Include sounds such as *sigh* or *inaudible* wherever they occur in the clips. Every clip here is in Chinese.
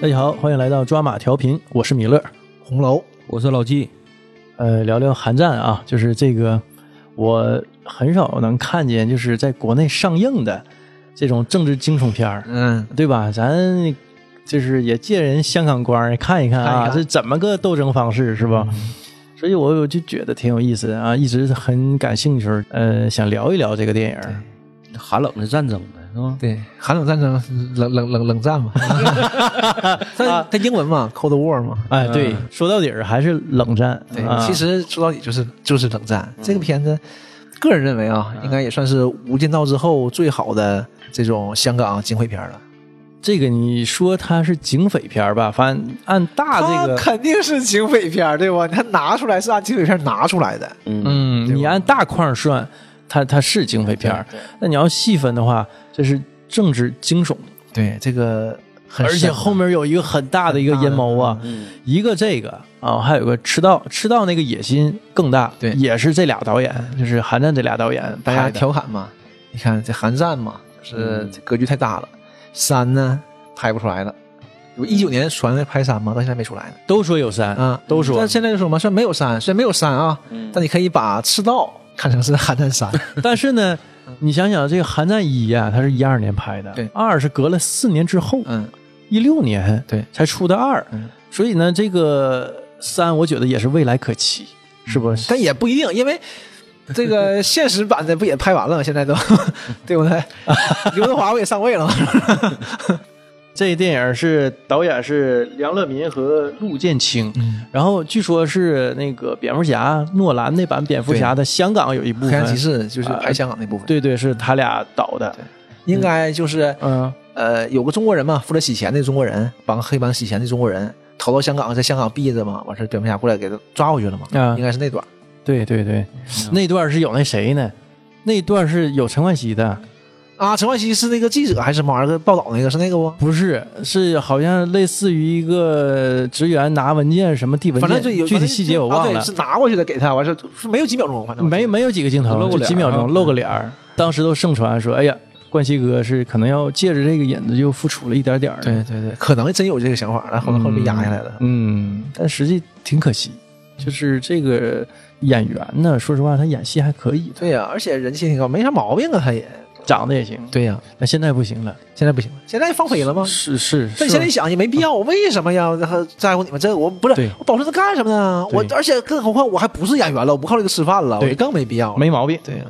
大家好，欢迎来到抓马调频，我是米勒。红楼，我是老纪，呃，聊聊韩战啊，就是这个我很少能看见，就是在国内上映的这种政治惊悚片儿，嗯，对吧？咱就是也借人香港官儿看一看啊，看一嗯看是怎么个斗争方式，是吧？所以我我就觉得挺有意思的啊，一直很感兴趣，呃，想聊一聊这个电影儿。寒冷的战争的是吧？对，寒冷战争，冷冷冷冷 *laughs* 战嘛，它它英文嘛，Cold War 嘛。哎，对，说到底儿还是冷战。嗯对，啊、其实说到底就是就是冷战。这个片子，个人认为啊，应该也算是《无间道》之后最好的这种香港警匪片了。这个你说它是警匪片儿吧，反正按大这个它肯定是警匪片，对吧？它拿出来是按警匪片拿出来的。嗯，嗯，你按大块儿算，它它是警匪片儿。那你要细分的话，这是政治惊悚，对，这个很而且深后面有一个很大的一个阴谋啊，一个这个啊，还有个赤道，赤道那个野心更大，对也是这俩导演，就是韩战这俩导演大家拍的调侃嘛，你看这韩战嘛，就是这格局太大了。三呢，拍不出来了。一九年传的拍三嘛，到现在没出来呢。都说有三啊，都说但现在就说嘛，虽然没有山，虽然没有山啊，但你可以把赤道看成是邯郸山。但是呢，你想想这个《寒战一》啊，它是一二年拍的，对二是隔了四年之后，嗯，一六年对才出的二嗯，所以呢，这个三我觉得也是未来可期，是不是？ *laughs* 但也不一定，因为。这个现实版的不也拍完了吗？现在都， *laughs* 对不 *laughs* 对？刘德华不也上 *laughs* 位了吗？这电影是导演是梁乐民和陆建清，嗯然后据说是那个蝙蝠侠诺兰那版蝙蝠侠的香港有一部黑暗骑分，士就是拍香港那部分，，对对，是他俩导的，应该就是嗯，呃，有个中国人嘛，负责洗钱的中国人，帮黑帮洗钱的中国人逃到香港，在香港避着嘛，完事儿蝙蝠侠过来给他抓回去了嘛，啊应该是那段儿。对对对，那段是有那谁呢？那段是有陈冠希的，啊，陈冠希是那个记者还是什么玩意儿报道那个是那个不？不是，是好像类似于一个职员拿文件什么递文件，反正就有具体细节我忘啊了，对是拿过去的给他，完事儿是没有几秒钟，反正没没有几个镜头，露个就脸几秒钟露个脸啊儿，当时都盛传说，哎呀，冠希哥是可能要借着这个引子就付出了一点点儿，对对对，可能真有这个想法，然后后来后来被压下来了。嗯，但实际挺可惜，就是这个演员呢，说实话他演戏还可以，对呀、而且人气挺高，没啥毛病啊，他也。长得也行，对呀、但现在不行了，现在不行了，现在放飞了吗？是是但现在一想也没必要，我为什么要在乎你们这？我不对是我保存它干什么呢？对我而且更何况我还不是演员了，我不靠这个吃饭了，我对就更没必要了。没毛病。对呀、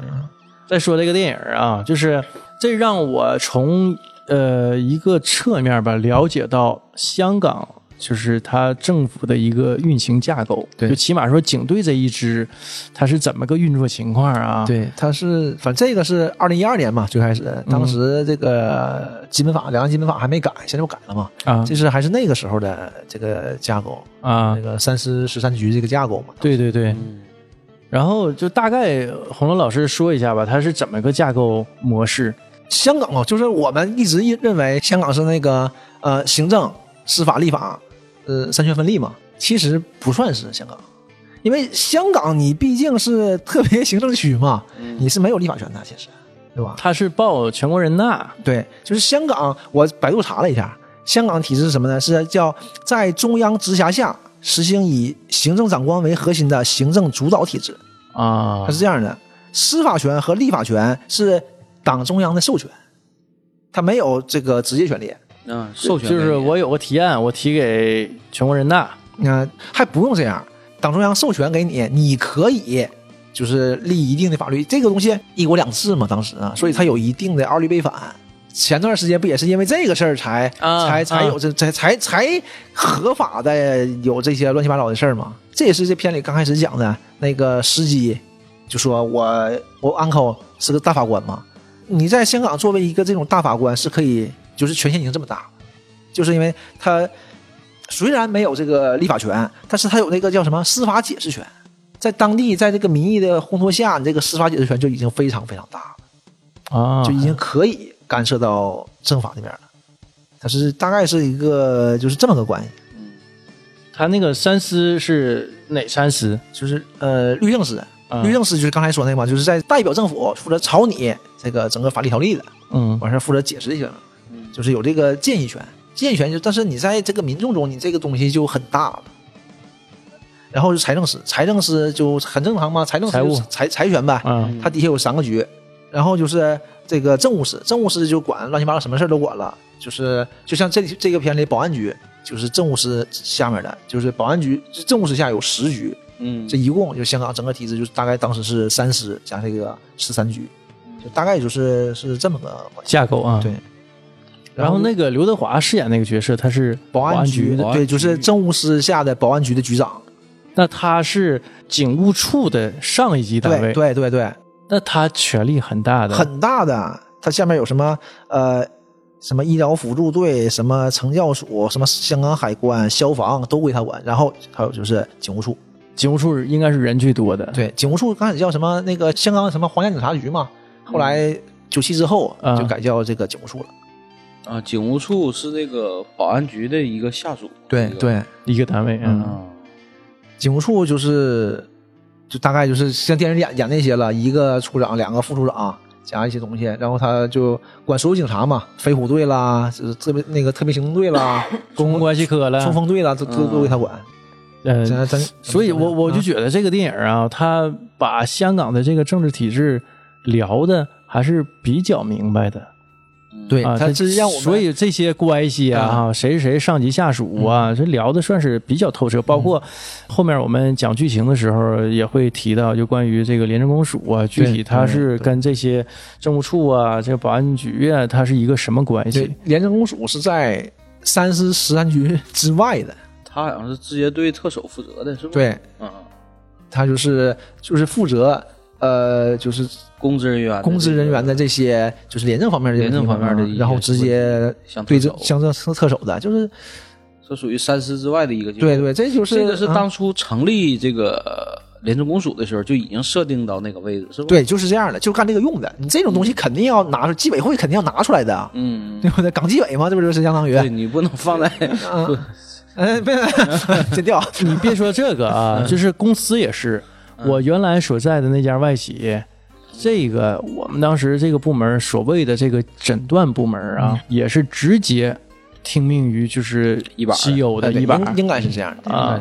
再说这个电影啊，就是这让我从呃一个侧面吧了解到香港就是它政府的一个运行架构，对就起码说警队这一支它是怎么个运作情况啊？，对，他是反正这个是二零一二年嘛，最开始嗯当时这个基本法，两岸基本法还没改，现在又改了嘛，啊这是还是那个时候的这个架构。啊那，个三司十三局这个架构嘛。对对对。然后就大概红楼老师说一下吧，它是怎么个架构模式？香港啊，就是我们一直认为香港是那个呃行政、司法、立法，呃三权分立嘛，其实不算是香港，因为香港你毕竟是特别行政区嘛，你是没有立法权的，其实，对吧？它是报全国人大，对，就是香港，我百度查了一下，香港体制是什么呢？是叫在中央直辖下实行以行政长官为核心的行政主导体制，啊它是这样的：司法权和立法权是党中央的授权，它没有这个直接权利。啊嗯，授权就是给你我有个提案，我提给全国人大，那、呃还不用这样，党中央授权给你，你可以就是立一定的法律。这个东西一国两制嘛，当时啊，所以它有一定的二律背反。前段时间不也是因为这个事儿才、啊才才有这才才才合法的有这些乱七八糟的事儿嘛？这也是这片里刚开始讲的那个司机，就说我我 uncle 是个大法官嘛，你在香港作为一个这种大法官是可以，就是权限已经这么大，就是因为他虽然没有这个立法权，但是他有那个叫什么司法解释权，在当地在这个民意的烘托下，你这个司法解释权就已经非常非常大了，啊，就已经可以干涉到政法那边了。它是大概是一个就是这么个关系，他那个三司是哪三司？就是呃律政司，嗯律政司就是刚才说那个嘛，就是在代表政府负责草拟这个整个法律条例的，嗯完事儿负责解释一下，就是有这个建议权。健全就，但是你在这个民众中，你这个东西就很大了。然后是财政司，财政司就很正常嘛，财政司财务就是财财权呗，啊它底下有三个局，然后就是这个政务司，政务司就管乱七八糟什么事儿都管了，就是就像这这个片里保安局就是政务司下面的，就是保安局政务司下有十局，嗯这一共就香港整个体制就是大概当时是三师加这个十三局，就大概就是是这么个关系。架构啊。对，然后那个刘德华饰演那个角色，他是保安局局的，的对，就是政务司下的保安局的局长。那他是警务处的上一级单对位，对对对，那他权力很大的，很大的，它下面有什么呃什么医疗辅助队、什么惩教署、什么香港海关、消防都归他管，然后还有就是警务处。警务处应该是人最多的。，对，警务处刚开始叫什么那个香港什么皇家警察局嘛，后来九七之后啊就改叫这个警务处了。啊，警务处是那个保安局的一个下属。一个，对，一个单位，嗯，啊，警务处就是就大概就是像电影里演演那些了，一个处长，两个副处长。加一些东西，然后他就管所有警察嘛，飞虎队啦，就是特别那个特别行动队啦，公共关系科了，冲锋队了，都都都归他管。呃，咱咱，所以我我就啊觉得这个电影啊，它把香港的这个政治体制聊的还是比较明白的对啊。他这让我们所以这些关系啊，啊啊谁是谁上级下属啊，这聊的算是比较透彻。包括后面我们讲剧情的时候也会提到，就关于这个廉政公署啊，具体它是跟这些政务处啊、这个保安局啊，它是一个什么关系对？廉政公署是在三司十三局之外的，他好像是直接对特首负责的，是不？，对啊，他就是就是负责呃就是公职人员的这个，公职人员的这些就是廉政方面的廉政方面的问一题些然后直接像对特这首乡政特首的，就是这属于三司之外的一个机构。对对，这就是嗯这个是啊当初成立这个呃廉政公署的时候就已经设定到那个位置，是吧？，对就是这样的，就干这个用的。你这种东西肯定要拿出，纪委会肯定要拿出来的啊，嗯， *laughs* 对不对？港纪委嘛，这不就是相当于对你不能放在啊，嗯，别 *laughs* 剪 *laughs* 掉，你别说这个 *laughs* 啊，就是公司也是，我原来所在的那家外企，这个我们当时这个部门所谓的这个诊断部门啊，也是直接听命于就是一把儿 CEO 的对一把应儿应该是这样的。啊。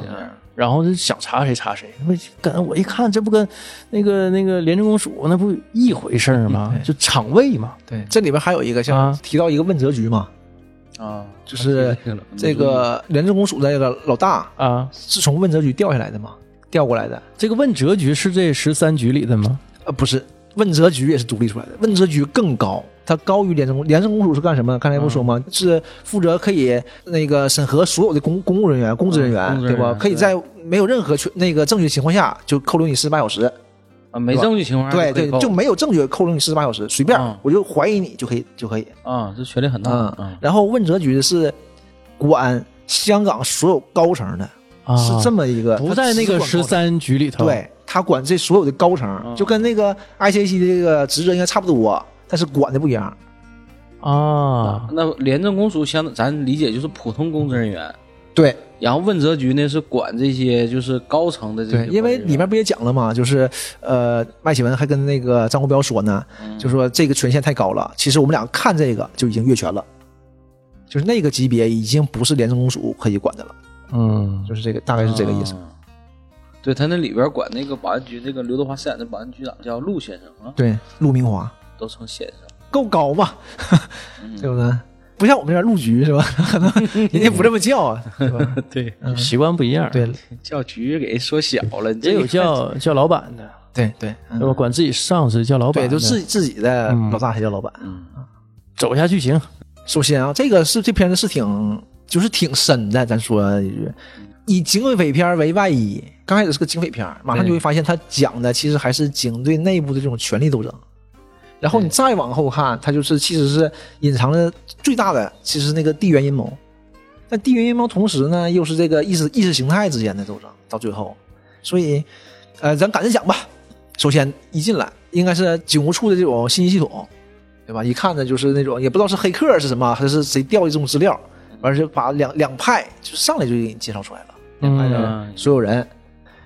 然后就想查谁查谁，那跟我一看，这不跟那个那个廉政公署那不一回事儿嗯吗？就场位嘛，对，这里边还有一个像啊提到一个问责局嘛，啊， *laughs* 嗯就是这个廉政公署的这个老大啊，是从问责局调下来的嘛，调过来的。这个问责局是这十三局里的吗？呃，不是，问责局也是独立出来的，问责局更高，它高于廉政公廉政公署是干什么？刚才不说吗？是负责可以那个审核所有的公公务人员、公职人员，嗯公职对人员吧？可以对在没有任何确那个证据的情况下就扣留你四十八小时。啊，没证据情况下对可以对，告就没有证据扣留你四十八小时，随便、嗯我就怀疑你就可以就可以。啊，这权力很大嗯，啊，然后问责局是管香港所有高层的，啊，是这么一个，不在那个他只十管高层。三局里头。对他管这所有的高层，就跟那个 ICC 的这个职责应该差不多，但是管的不一样。啊，那廉政公署相咱理解就是普通公职人员，对然后问责局呢是管这些就是高层的这些，因为里面不也讲了嘛，就是呃，麦启文还跟那个张国标说呢，就说这个权限太高了，其实我们俩看这个就已经越权了，就是那个级别已经不是廉政公署可以管的了，嗯，就是这个大概是这个意思。啊。对他那里边管那个保安局，那个刘德华饰演的保安局长叫陆先生啊，对，陆明华都成先生。够高嘛，对不对？不像我们这边陆局是吧？ *laughs* 可能人家不这么叫啊，对吧？对，嗯习惯不一样。对叫局给缩小了，你这也有个叫叫老板的，对对，嗯对吧？管自己上司叫老板对，的，就自己自己的嗯老大才叫老板。走下剧情。首先啊，这个是这片子是挺就是挺深的，咱说一句，以警匪片为外衣，刚开始是个警匪片，马上就会发现它讲的其实还是警队内部的这种权力斗争。然后你再往后看，它就是其实是隐藏了最大的，其实是那个地缘阴谋。但地缘阴谋同时呢，又是这个意识意识形态之间的斗争，到最后，所以，呃，咱赶着讲吧。首先一进来，应该是警务处的这种信息系统，对吧？一看呢就是那种也不知道是黑客是什么，啊还是谁调的这种资料，完事就把两两派就上来就给你介绍出来了，两派嗯的所有人，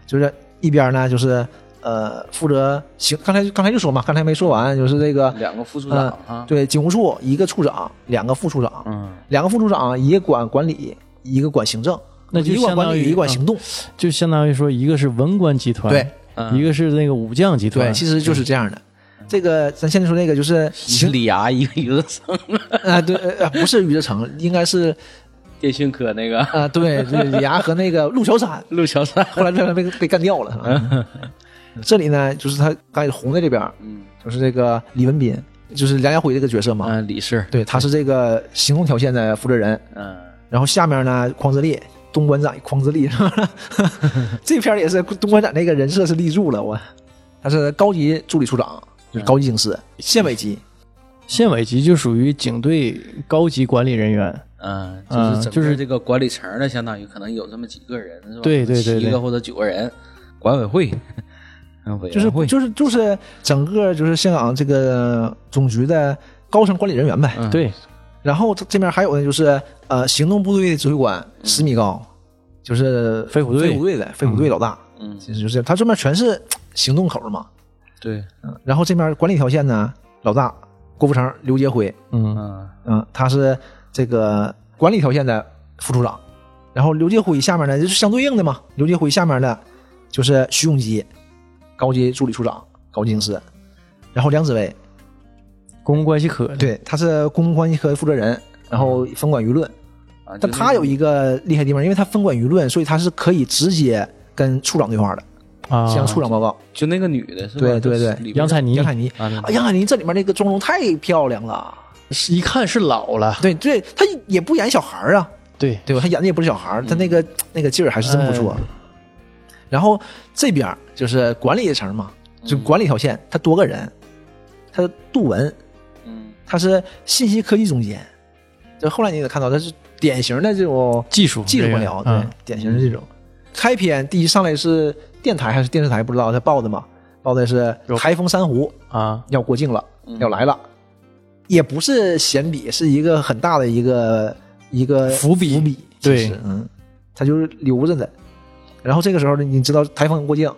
就是一边呢就是呃负责行，刚才刚才就说嘛，刚才没说完，就是这个两个副处呃长哈，，对警务处一个处长，两个副处长，嗯，两个副处长一个管管理，一个管行政，那就一个管相管当于嗯理，一个管行动，就相当于说，一个是文官集团，对，一个是那个武将集团，对，其实就是这样的。这个咱现在说那个就是一个行李涯，一个余则成，啊，对，呃不是余则成，应该是电讯科那个 *laughs* 啊，对，就是李涯和那个陆桥山，陆桥山，后来被被被干掉了。啊 *laughs* 这里呢，就是他刚才红的这边，嗯，就是这个李文斌，就是梁家辉这个角色嘛。啊，李氏，对，他是这个行动条线的负责人。嗯，然后下面呢，匡自立，东关仔匡自立，是吧 *laughs* 这片儿也是东关仔那个人设是立住了，我他是高级助理处长，就是高级警司，县委级。县委级就属于警队高级管理人员，嗯，嗯就是整就个是这个管理层的，相当于可能有这么几个人是吧？对对对对七个或者九个人，管委会，嗯委就是员会，就是就是整个就是香港这个总局的高层管理人员呗。嗯对，然后这这面还有呢，就是呃，行动部队的指挥官十米高，就是飞虎队飞虎队的飞虎队老大，嗯，其实就是他这面全是行动口嘛。对，嗯，然后这面管理条线呢，老大郭富城、刘杰辉，嗯，嗯嗯，他是这个管理条线的副处长。然后刘杰辉下面呢，就是相对应的嘛，刘杰辉下面的就是徐永基，高级助理处长、高级警司。然后梁子威，公共关系科，对，他是公共关系科负责人，然后分管舆论。啊，但就他那有一个厉害地方，因为他分管舆论，所以他是可以直接跟处长对话的，啊，向处长报告。就那个女的是吧？对对对就是里边杨采妮杨，采妮，啊，对啊，杨采妮这里面那个妆容太漂亮了，是一看是老了，对对，她也不演小孩儿啊，对，对吧？她演的也不是小孩儿，她那个那个劲儿还是真不错哎。然后这边儿就是管理层嘛，就管理条线，他多个人，他是杜文，嗯他是信息科技总监，就后来你也看到他是典型的这种技术技术官僚，对，嗯典型的这种。开篇第一上来是电台还是电视台不知道，他报的嘛，报的是有台风珊瑚啊，要过境了，嗯要来了，也不是闲笔，是一个很大的一个一个伏笔伏笔，其对实嗯，他就是留着的。然后这个时候呢，你知道台风过境，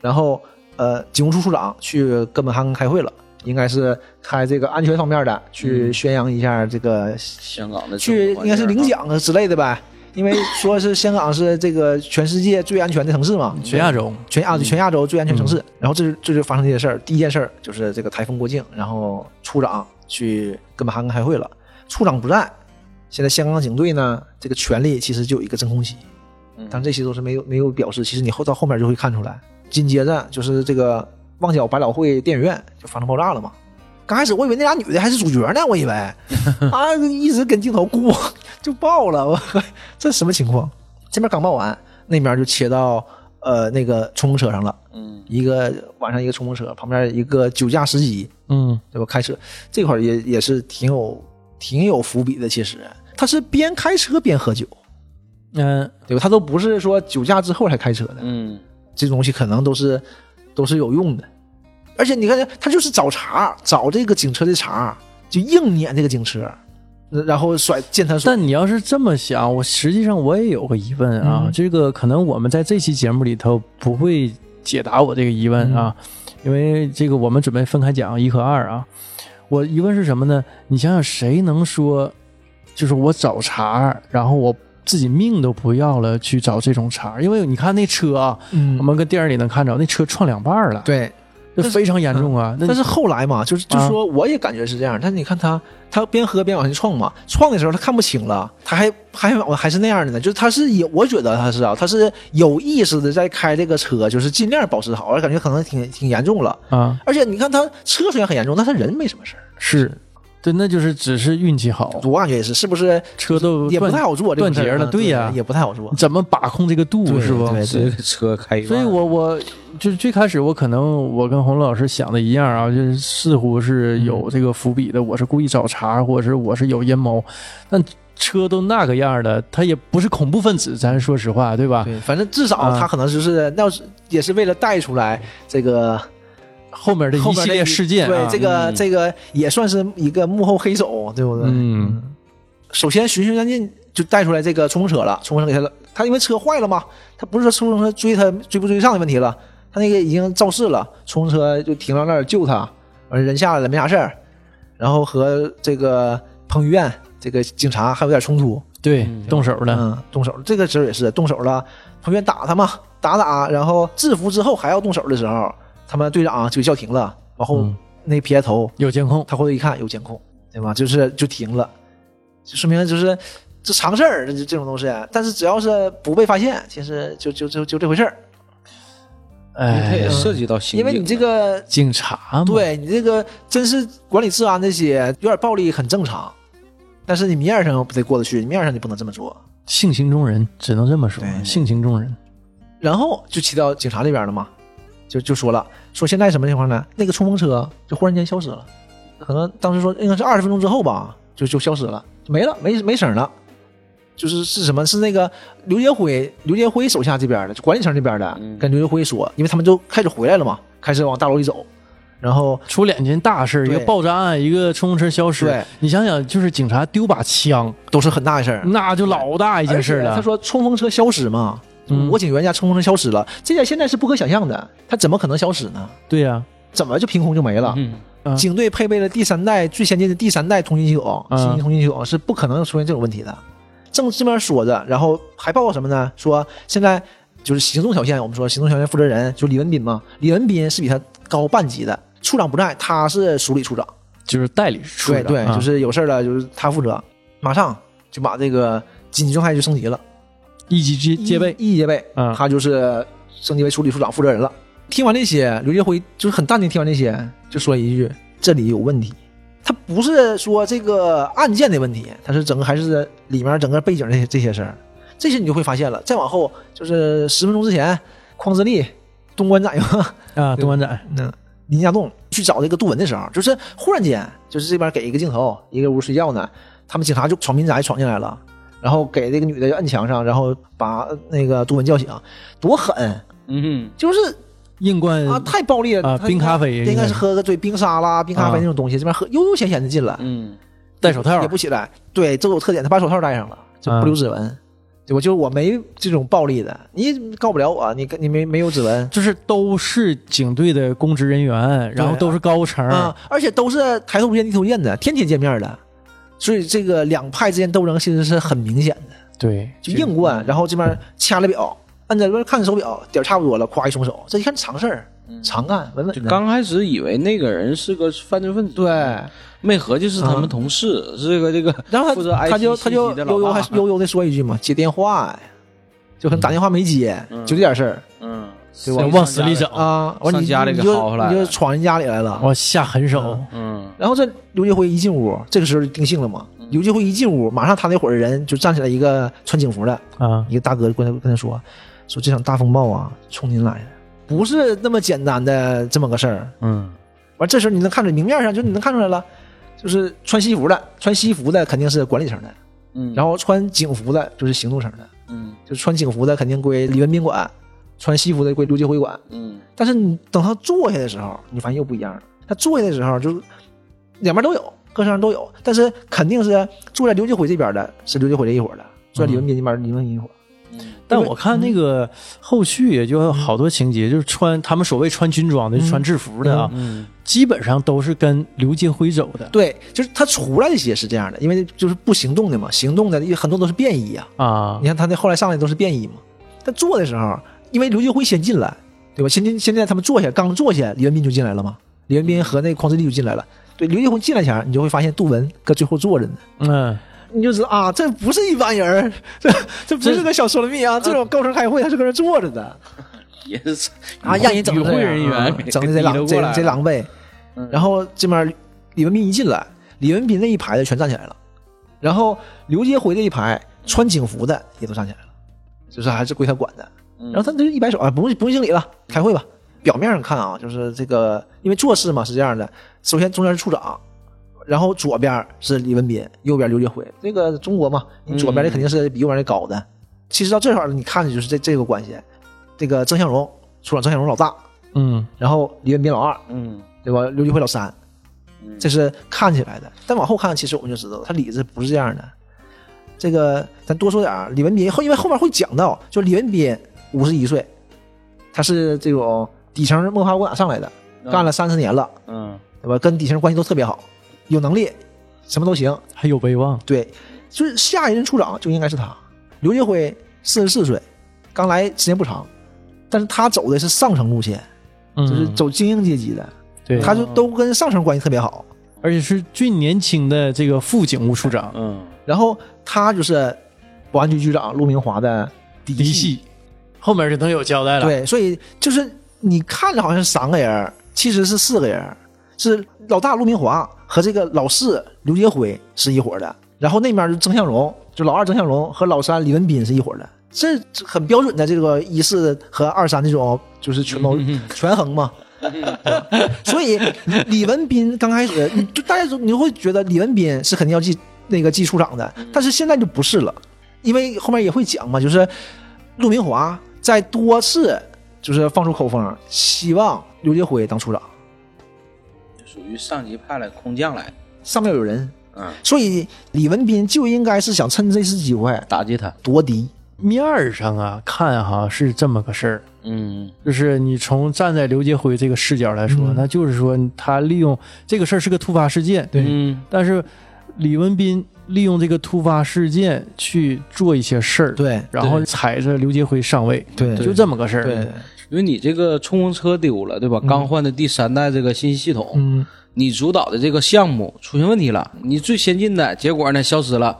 然后呃，警务处处长去哥本哈根开会了，应该是开这个安全方面的，嗯去宣扬一下这个香港的去政府应该是环境领啊奖啊之类的呗，因为说是香港是这个全世界最安全的城市嘛，全亚洲，全亚全亚洲最安全城市。然后这就这就发生这些事儿，第一件事儿就是这个台风过境，然后处长去跟本哈根开会了，处长不在，现在香港警队呢这个权力其实就有一个真空期，但这些都是没有没有表示，其实你后到后面就会看出来。紧接着就是这个旺角百老汇电影院就发生爆炸了嘛。刚开始我以为那俩女的还是主角呢，我以为啊，一直跟镜头过就爆了，我 *laughs* 这什么情况？这边刚爆完，那边就切到呃那个冲锋车上了，嗯一个晚上一个冲锋车，旁边一个酒驾司机，嗯，对吧？开车这块儿也也是挺有挺有伏笔的，其实他是边开车边喝酒，嗯，对吧？他都不是说酒驾之后才开车的，嗯这东西可能都是都是有用的。而且你看，他就是找茬，找这个警车的茬，就硬撵这个警车，呃然后甩践他甩。但你要是这么想，我实际上我也有个疑问啊，嗯这个可能我们在这期节目里头不会解答我这个疑问啊，因为这个我们准备分开讲一和二啊。我疑问是什么呢？你想想，谁能说就是我找茬儿，然后我自己命都不要了去找这种茬儿？因为你看那车啊，嗯我们跟电影里能看着，那车撞两半儿了，对，嗯这非常严重啊。那啊但是后来嘛，就是就是说，我也感觉是这样。但是你看他，他边喝边往前撞嘛，撞的时候他看不清了，他还还往还是那样的呢。就是他是有，我觉得他是啊，他是有意识的在开这个车，就是尽量保持好，而感觉可能挺挺严重了。啊，而且你看他车虽然很严重，但他人没什么事儿。是对，那就是只是运气好，我感觉也是，是不是车都也不断太好做这断种事儿节啊了，对呀、也不太好做。怎么把控这个度对是不？对是车开一所半以儿，我我就是最开始我可能我跟洪老师想的一样啊，就是似乎嗯是有这个伏笔的，我是故意找茬，或者是我是有阴谋，但。车都那个样了，他也不是恐怖分子，咱说实话，对吧？对，反正至少啊他可能就是，那要是也是为了带出来这个后面的后一边系那列事件、啊，对这个嗯这个也算是一个幕后黑手，对不对？嗯，首先循序渐进就带出来这个冲锋车了，冲锋车给他了，他因为车坏了嘛，他不是说冲锋车追他追不追上的问题了，他那个已经肇事了，冲车就停到那儿救他，完人下来了没啥事儿，然后和这个彭于晏这个警察还有点冲突，对，动手了，嗯，动手了，这个时候也是动手了，彭于晏打他嘛，打打，然后制服之后还要动手的时候，他们队长啊就叫停了，然后嗯那撇头有监控，他回头一看有监控，对吧？就是就停了，就说明就是这常事儿，这这种东西。啊但是只要是不被发现，其实就就就就这回事儿。嗯嗯哎，它也涉及到刑因警的，为你这个，警察嘛，，对你这个真是管理治安这些有点暴力很正常，但是你面儿上不得过得去，你面儿上你不能这么做。性情中人，只能这么说，对性情中人，然后就骑到警察这边了嘛，就就说了，说现在什么情况呢？那个冲锋车就忽然间消失了，可能当时说应该是二十分钟之后吧，就就消失了，就没了，没没声了。就是是什么？是那个刘杰辉，刘杰辉手下这边的，就管理层这边的，嗯跟刘杰辉说，因为他们就开始回来了嘛，开始往大楼里走，然后出两件大事儿，一对个爆炸案，一个冲锋车消失对，你想想，就是警察丢把枪，都是很大的事儿。那就老大一件事儿嗯而且了他。说冲锋车消失嘛，嗯我警员家冲锋车消失了，这件现在是不可想象的，他怎么可能消失呢？对呀，怎么就凭空就没了？嗯，啊警队配备了第三代最先进的第三代通信系统，嗯新型通信系统是不可能出现这种问题的。正这边说着，然后还报告什么呢？说现在就是行动小线，我们说行动小线负责人就李文斌嘛，李文斌是比他高半级的，处长不在，他是署理处长。就是代理处对长，对，啊就是有事儿了就是他负责，马上就把这个紧急状态就升级了，一级戒戒备，一一戒备，嗯他就是升级为署理处长负责人了。听完这些，刘杰辉就是很淡定，听完这些就说一句：“这里有问题。”他不是说这个案件的问题，他是整个还是里面整个背景这些这些事儿，这些你就会发现了。再往后就是十分钟之前，匡自力、东关展嘛，啊，东莞仔，嗯，林家栋去找这个杜文的时候，就是忽然间，就是这边给一个镜头，一个屋睡觉呢，他们警察就闯民宅闯进来了，然后给这个女的摁墙上，然后把那个杜文叫醒，多狠！嗯，就是硬冠啊，太暴力了啊他冰咖啡啊应该是喝个对冰沙啦、冰咖啡那种东西，这边喝悠悠闲闲的进来，嗯，戴手套也，不起来，对，这有特点，他把手套戴上了，就嗯不留指纹。对吧？就是我没这种暴力的，你告不了我，你跟你没没有指纹，就是都是警队的公职人员，然后都是高嗯层，啊，而且都是抬头不见低头见的，天天见面的，所以这个两派之间斗争其实是很明显的，对，就硬灌，然后这边掐了表，摁在这边看手表，点儿差不多了，咵一松手，这一看常事儿，常干，稳嗯就稳的。刚开始以为那个人是个犯罪分子，对，，没合计是他嗯们同事，是个这个，然后负责他 IT 他就他就信息的老悠悠大还悠悠的说一句嘛，接电话呀，就可能打电话没接，就这点事儿嗯，对吧得往死里整，啊，完你哦上家里你给就薅回来你就了闯人家里来了，我下狠手，嗯，然后这刘继辉一进屋，这个时候就定性了嘛，刘继辉一进屋，马上他那伙儿人就站起来一个穿警服的。啊，一个大哥跟他跟他说，说这场大风暴啊，冲您来的，不是那么简单的这么个事儿。嗯，完这时候你能看出明面上就你能看出来了，就是穿西服的，穿西服的肯定是管理层的，嗯，然后穿警服的就是行动层的，嗯就是穿警服的肯定归李文斌管，穿西服的归刘杰辉管。嗯但是你等他坐下的时候，你发现又不一样了。他坐下的时候就是两边都有，各上都有，但是肯定是坐在刘继辉这边的是刘继辉这一伙的，坐在李文斌这边儿李文斌一伙。嗯但我看那个后续也就好多情节，就是穿他们所谓穿军装的、穿制服的啊，嗯基本上都是跟刘金辉走的对，就是他出来的些是这样的，因为就是不行动的嘛，行动的很多都是便衣啊。啊你看他那后来上来都是便衣嘛，但坐的时候，因为刘继辉先进来，对吧？先进现在他们坐下，刚坐下，李元斌就进来了嘛。李元斌和那匡志立就进来了。对，刘继辉进来前，你就会发现杜文搁最后坐着呢，嗯，你就就是啊，这不是一般人儿，这这不是个小说了密啊，这种高层开会他是搁这坐着的。 *laughs* 也是啊，让人整与的会这样人员嗯啊整的贼逼狼得过来嗯贼贼狼狈。然后这边李文斌一进来，李文斌那一排的全站起来了，然后刘杰辉这一排穿警服的也都站起来了，就是还是归他管的。嗯然后他就一摆手啊，不用不用经理了，开会吧。表面上看啊，就是这个，因为做事嘛是这样的，首先中间是处长，然后左边是李文斌，右边刘杰辉。这个中国嘛，你左边的肯定是比右边的高的。其实到这块儿，你看的就是这这个关系。这个郑向荣处长，郑向荣老大，嗯然后李文斌老二，嗯对吧？刘继辉老三，这是看起来的。但往后看，其实我们就知道他理智不是这样的。这个咱多说点儿，李文斌后因为后面会讲到，就李文斌五十一岁，他是这种底层摸爬滚打上来的，干了三十年了，嗯，对吧？跟底层关系都特别好，有能力，什么都行。还有威望，对，就是下一任处长就应该是他。刘继辉四十四岁，刚来时间不长，但是他走的是上层路线，就就是走精英阶级的，对，他就都跟上层关系特别好。而且是最年轻的这个副警务处长，嗯，然后他就是保安局局长陆明华的嫡嫡系，后面就能有交代了。对，所以就是你看着好像是三个人儿，其实是四个人儿，是老大陆明华和这个老四刘杰辉是一伙儿的，然后那面就是曾向荣，就老二曾向荣和老三李文斌是一伙儿的。这很标准的这个一四和二三这种就是权谋权衡嘛，所以李文斌刚开始，你就大家就你会觉得李文斌是肯定要记那个记处长的，但是现在就不是了，因为后面也会讲嘛，就是陆明华在多次就是放出口风，希望刘杰辉当处长，属于上级派来空降来的，上面有人，嗯，所以李文斌就应该是想趁这次机会打击他，夺嫡。面儿上啊，看哈是这么个事儿，嗯，就是你从站在刘杰辉这个视角来说，嗯那就是说他利用这个事儿是个突发事件，对嗯，但是李文斌利用这个突发事件去做一些事儿，，对然后踩着刘杰辉上位，对就这么个事儿，对，因为你这个冲锋车丢了，对吧？刚换的第三代这个新系统，嗯，你主导的这个项目出现问题了，你最先进的结果呢消失了，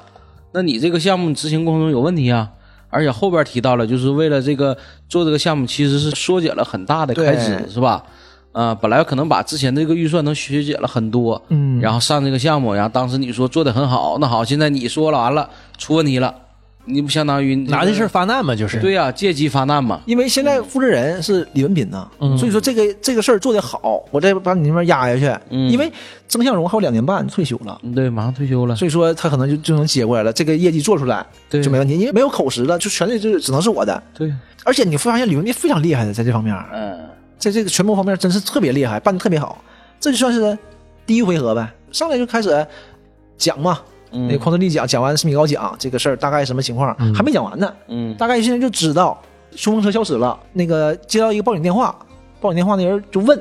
那你这个项目执行过程中有问题啊。而且后边提到了，就是为了这个做这个项目，其实是缩减了很大的开支，对是吧？啊、本来可能把之前的这个预算能削减了很多，嗯，然后上这个项目，然后当时你说做的很好，那好，现在你说了完了，出问题了，你不相当于拿这事儿？发难嘛，就是，对呀、借机发难嘛。因为现在负责人是李文斌呐、嗯所以说这个这个事儿做得好，我再把你那边压下去。嗯因为曾向荣还有两年半退休了，对，马上退休了，所以说他可能就就能接过来了，这个业绩做出来对就没问题，因为没有口实了，就权力就只能是我的。对，而且你会发现李文斌非常厉害的，在这方面，嗯，在这个权谋方面真是特别厉害，办的特别好。这就算是第一回合呗，上来就开始讲嘛，那个匡特利讲讲完施米高讲这个事儿大概什么情况，还没讲完呢，嗯大概现在就知道冲锋车消失了。那个接到一个报警电话，报警电话那人就问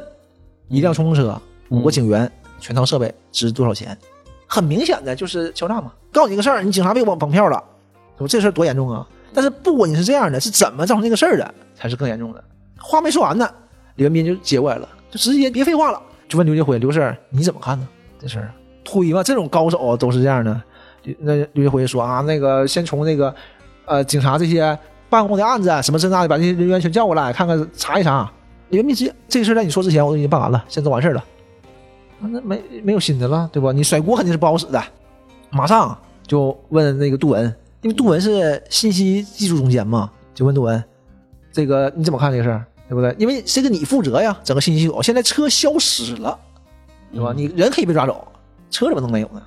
一辆冲锋车，五个警员，全套设备值多少钱？很明显的就是敲诈嘛，告诉你个事儿，你警察被绑绑票了，我这事儿多严重啊！但是不管你是这样的，是怎么造成这个事儿的，才是更严重的。话没说完呢，李文斌就接过来了，就直接别废话了，就问刘杰辉：“刘 Sir，你怎么看呢？这事儿推嘛，这种高手啊都是这样的。刘”那刘杰辉说：“啊，那个先从那个呃警察这些办公的案子啊什么这那的，把这些人员全叫过来，看看查一查。”李文斌直接这事儿在你说之前我都已经办完了，现在都完事儿了。啊那没没有新的了，对吧？你甩锅肯定是不好使的，马上就问那个杜文，因为杜文是信息技术总监嘛，就问杜文，这个你怎么看这个事儿，对不对？因为这个你负责呀，整个信息系统。现在车消失了，对吧？你人可以被抓走，车怎么能没有呢？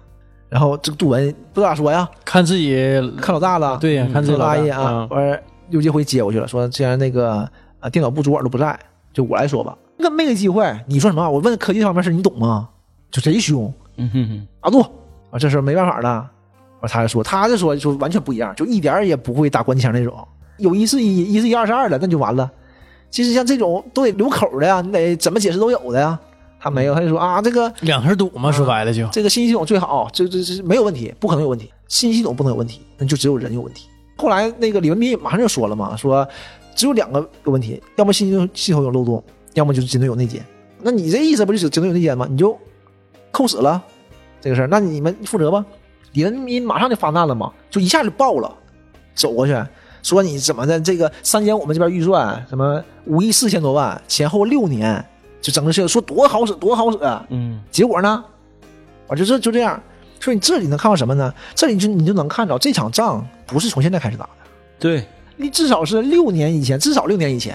然后这个杜文不知道咋说呀，看自己，看老大了，对呀，看自己老老大大爷啊，嗯完事儿又接回接过去了，说既然那个啊电脑部主管都不在，就我来说吧，那没给机会，你说什么？我问科技方面事儿你懂吗？就贼凶，嗯哼哼，阿杜，啊，这时候没办法了，完他就说，他就说就完全不一样，就一点儿也不会打官腔那种，有一是一，一是一，二是二了，那就完了。其实像这种都得留口的呀，你得怎么解释都有的呀。他没有，他就说啊，这个两头堵嘛，说白了就，这个信息系统最好，这这这没有问题，不可能有问题。信息系统不能有问题，那就只有人有问题。后来那个李文斌马上就说了嘛，说只有两个有问题，要么信息系统有漏洞，要么就是警队有内奸。那你这意思不就是警队有内奸吗？你就扣死了这个事儿，那你们负责吧。李文斌马上就发难了嘛，就一下就爆了，走过去说你怎么的，这个删减我们这边预算，什么五亿四千多万，前后六年就整个事儿说多好使多好使，啊嗯结果呢，我就这就这样。所以你这里能看到什么呢？这里就你就能看到这场仗不是从现在开始打的，对，你至少是六年以前，至少六年以前，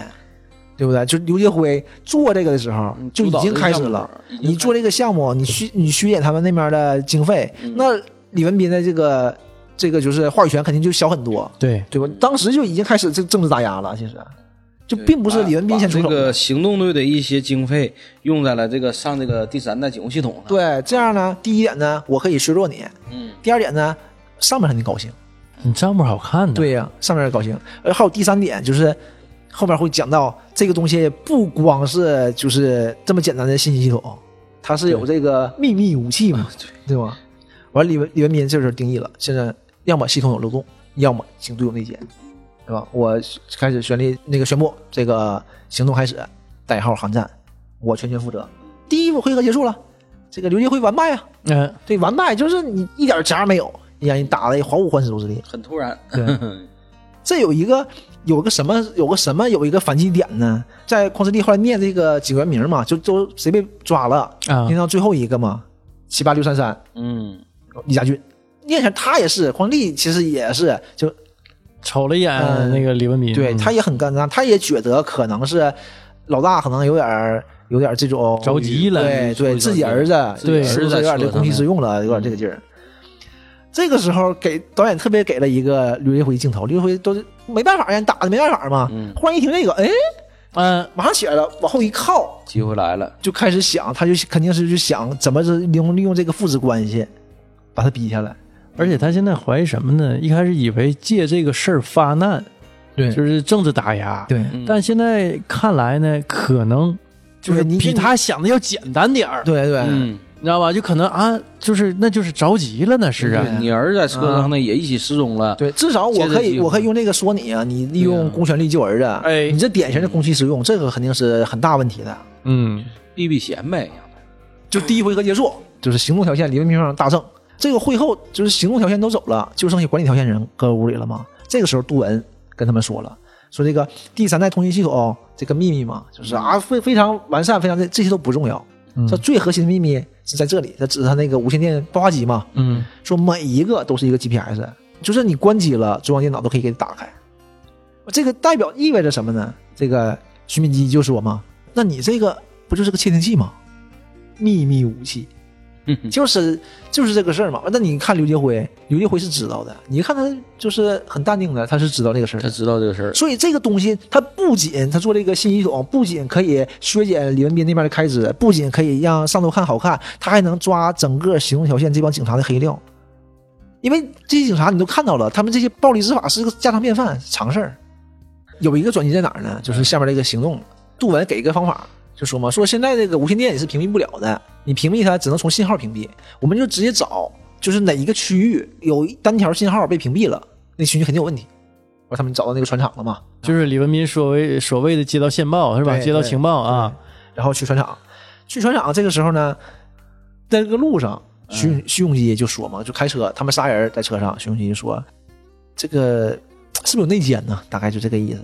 对不对？就刘杰辉做这个的时候就已经开始了。，你做这个项目，你虚你虚减他们那边的经费，那李文斌的这个这个就是话语权肯定就小很多，对，对吧？当时就已经开始这政治打压了，其实就并不是李文斌先出手这的。个行动队的一些经费用在了这个上这个第三代警务系统上。，对，这样呢，第一点呢，我可以削弱你；嗯，第二点呢，上面肯定高兴。嗯你账目好看呢，对呀、上面也高兴。呃，还有第三点就是，后面会讲到这个东西不光是就是这么简单的信息系统，它是有这个秘密武器嘛，对吧？完，李文李文斌这时候定义了，现在要么系统有漏洞，要么行动有内奸，对吧？我开始宣立那个宣布这个行动开始，代号寒战，我全权负责。第一回合结束了，这个刘继辉完败啊，嗯，对，完败就是你一点夹没有，你让人打的毫无还手之力。很突然，对，这有一个有个什么有个什么有一个反击点呢？在旷世帝后来念这个几个人名嘛，就都谁被抓了，啊念到最后一个嘛，七八六三三嗯，李家俊，念一下他也是旷世帝，其实也是就瞅了一眼嗯那个李文斌，对嗯他也很尴尬，他也觉得可能是老大可能有点儿有点儿这种着急了对说对，一自说己就儿子对是不儿子是有点说儿这的公器私用了，有点这个劲儿。这个时候给导演特别给了一个刘一辉镜头，刘一辉都是没办法呀，你打的没办法嘛。忽然一听这个，哎，嗯，马上起来了，往后一靠，机会来了，就开始想，他就肯定是就想怎么是利用利用这个父子关系把他逼下来。而且他现在怀疑什么呢？一开始以为借这个事儿发难，对就是政治打压，对嗯但现在看来呢，可能就是对你比他想的要简单点儿，对对，嗯，你知道吧？就可能啊，就是那就是着急了，那是啊对，你儿子在车上呢也一起失踪了，对，至少我可接着机以，会我可以用这个说你啊，你利用公权力救儿子，哎你这典型的公器私用，这个肯定是很大问题的。嗯，避避嫌呗，就第一回合结束，就是行动条线李文平上大胜，这个会后就是行动条线都走了，就剩下管理条线人搁屋里了嘛。这个时候杜文跟他们说了，说这个第三代通信系统这个秘密嘛，就是啊非非常完善，非常这这些都不重要，这最核心的秘密是在这里，它指它那个无线电爆发机嘛，嗯，说每一个都是一个 GPS，就是你关机了，中央电脑都可以给你打开。这个代表意味着什么呢？这个徐敏基就说嘛，那你这个不就是个窃听器吗？秘密武器，嗯就是就是这个事儿嘛。那你看刘杰辉，刘杰辉是知道的，你看他就是很淡定的，他是知道这个事儿他。的知道这个事儿，所以这个东西，它不仅它做这个信息系统，不仅可以削减李文斌那边的开支，不仅可以让上头看好看，它还能抓整个行动条线这帮警察的黑料。因为这些警察你都看到了，他们这些暴力执法是个家常便饭常事儿。有一个转机在哪儿呢？就是下面这个行动，杜文给一个方法，就说嘛，说现在这个无线电你是屏蔽不了的，你屏蔽它只能从信号屏蔽，我们就直接找，就是哪一个区域有单条信号被屏蔽了，那区域肯定有问题。完，他们找到那个船厂了嘛，就是李文斌所谓所谓的接到线报是吧？对接到情报啊，然后去船厂。去船厂这个时候呢，在这个路上，徐徐永基就说嘛，就开车，他们仨人在车上，徐永基就说：“这个是不是有内奸呢？”大概就这个意思，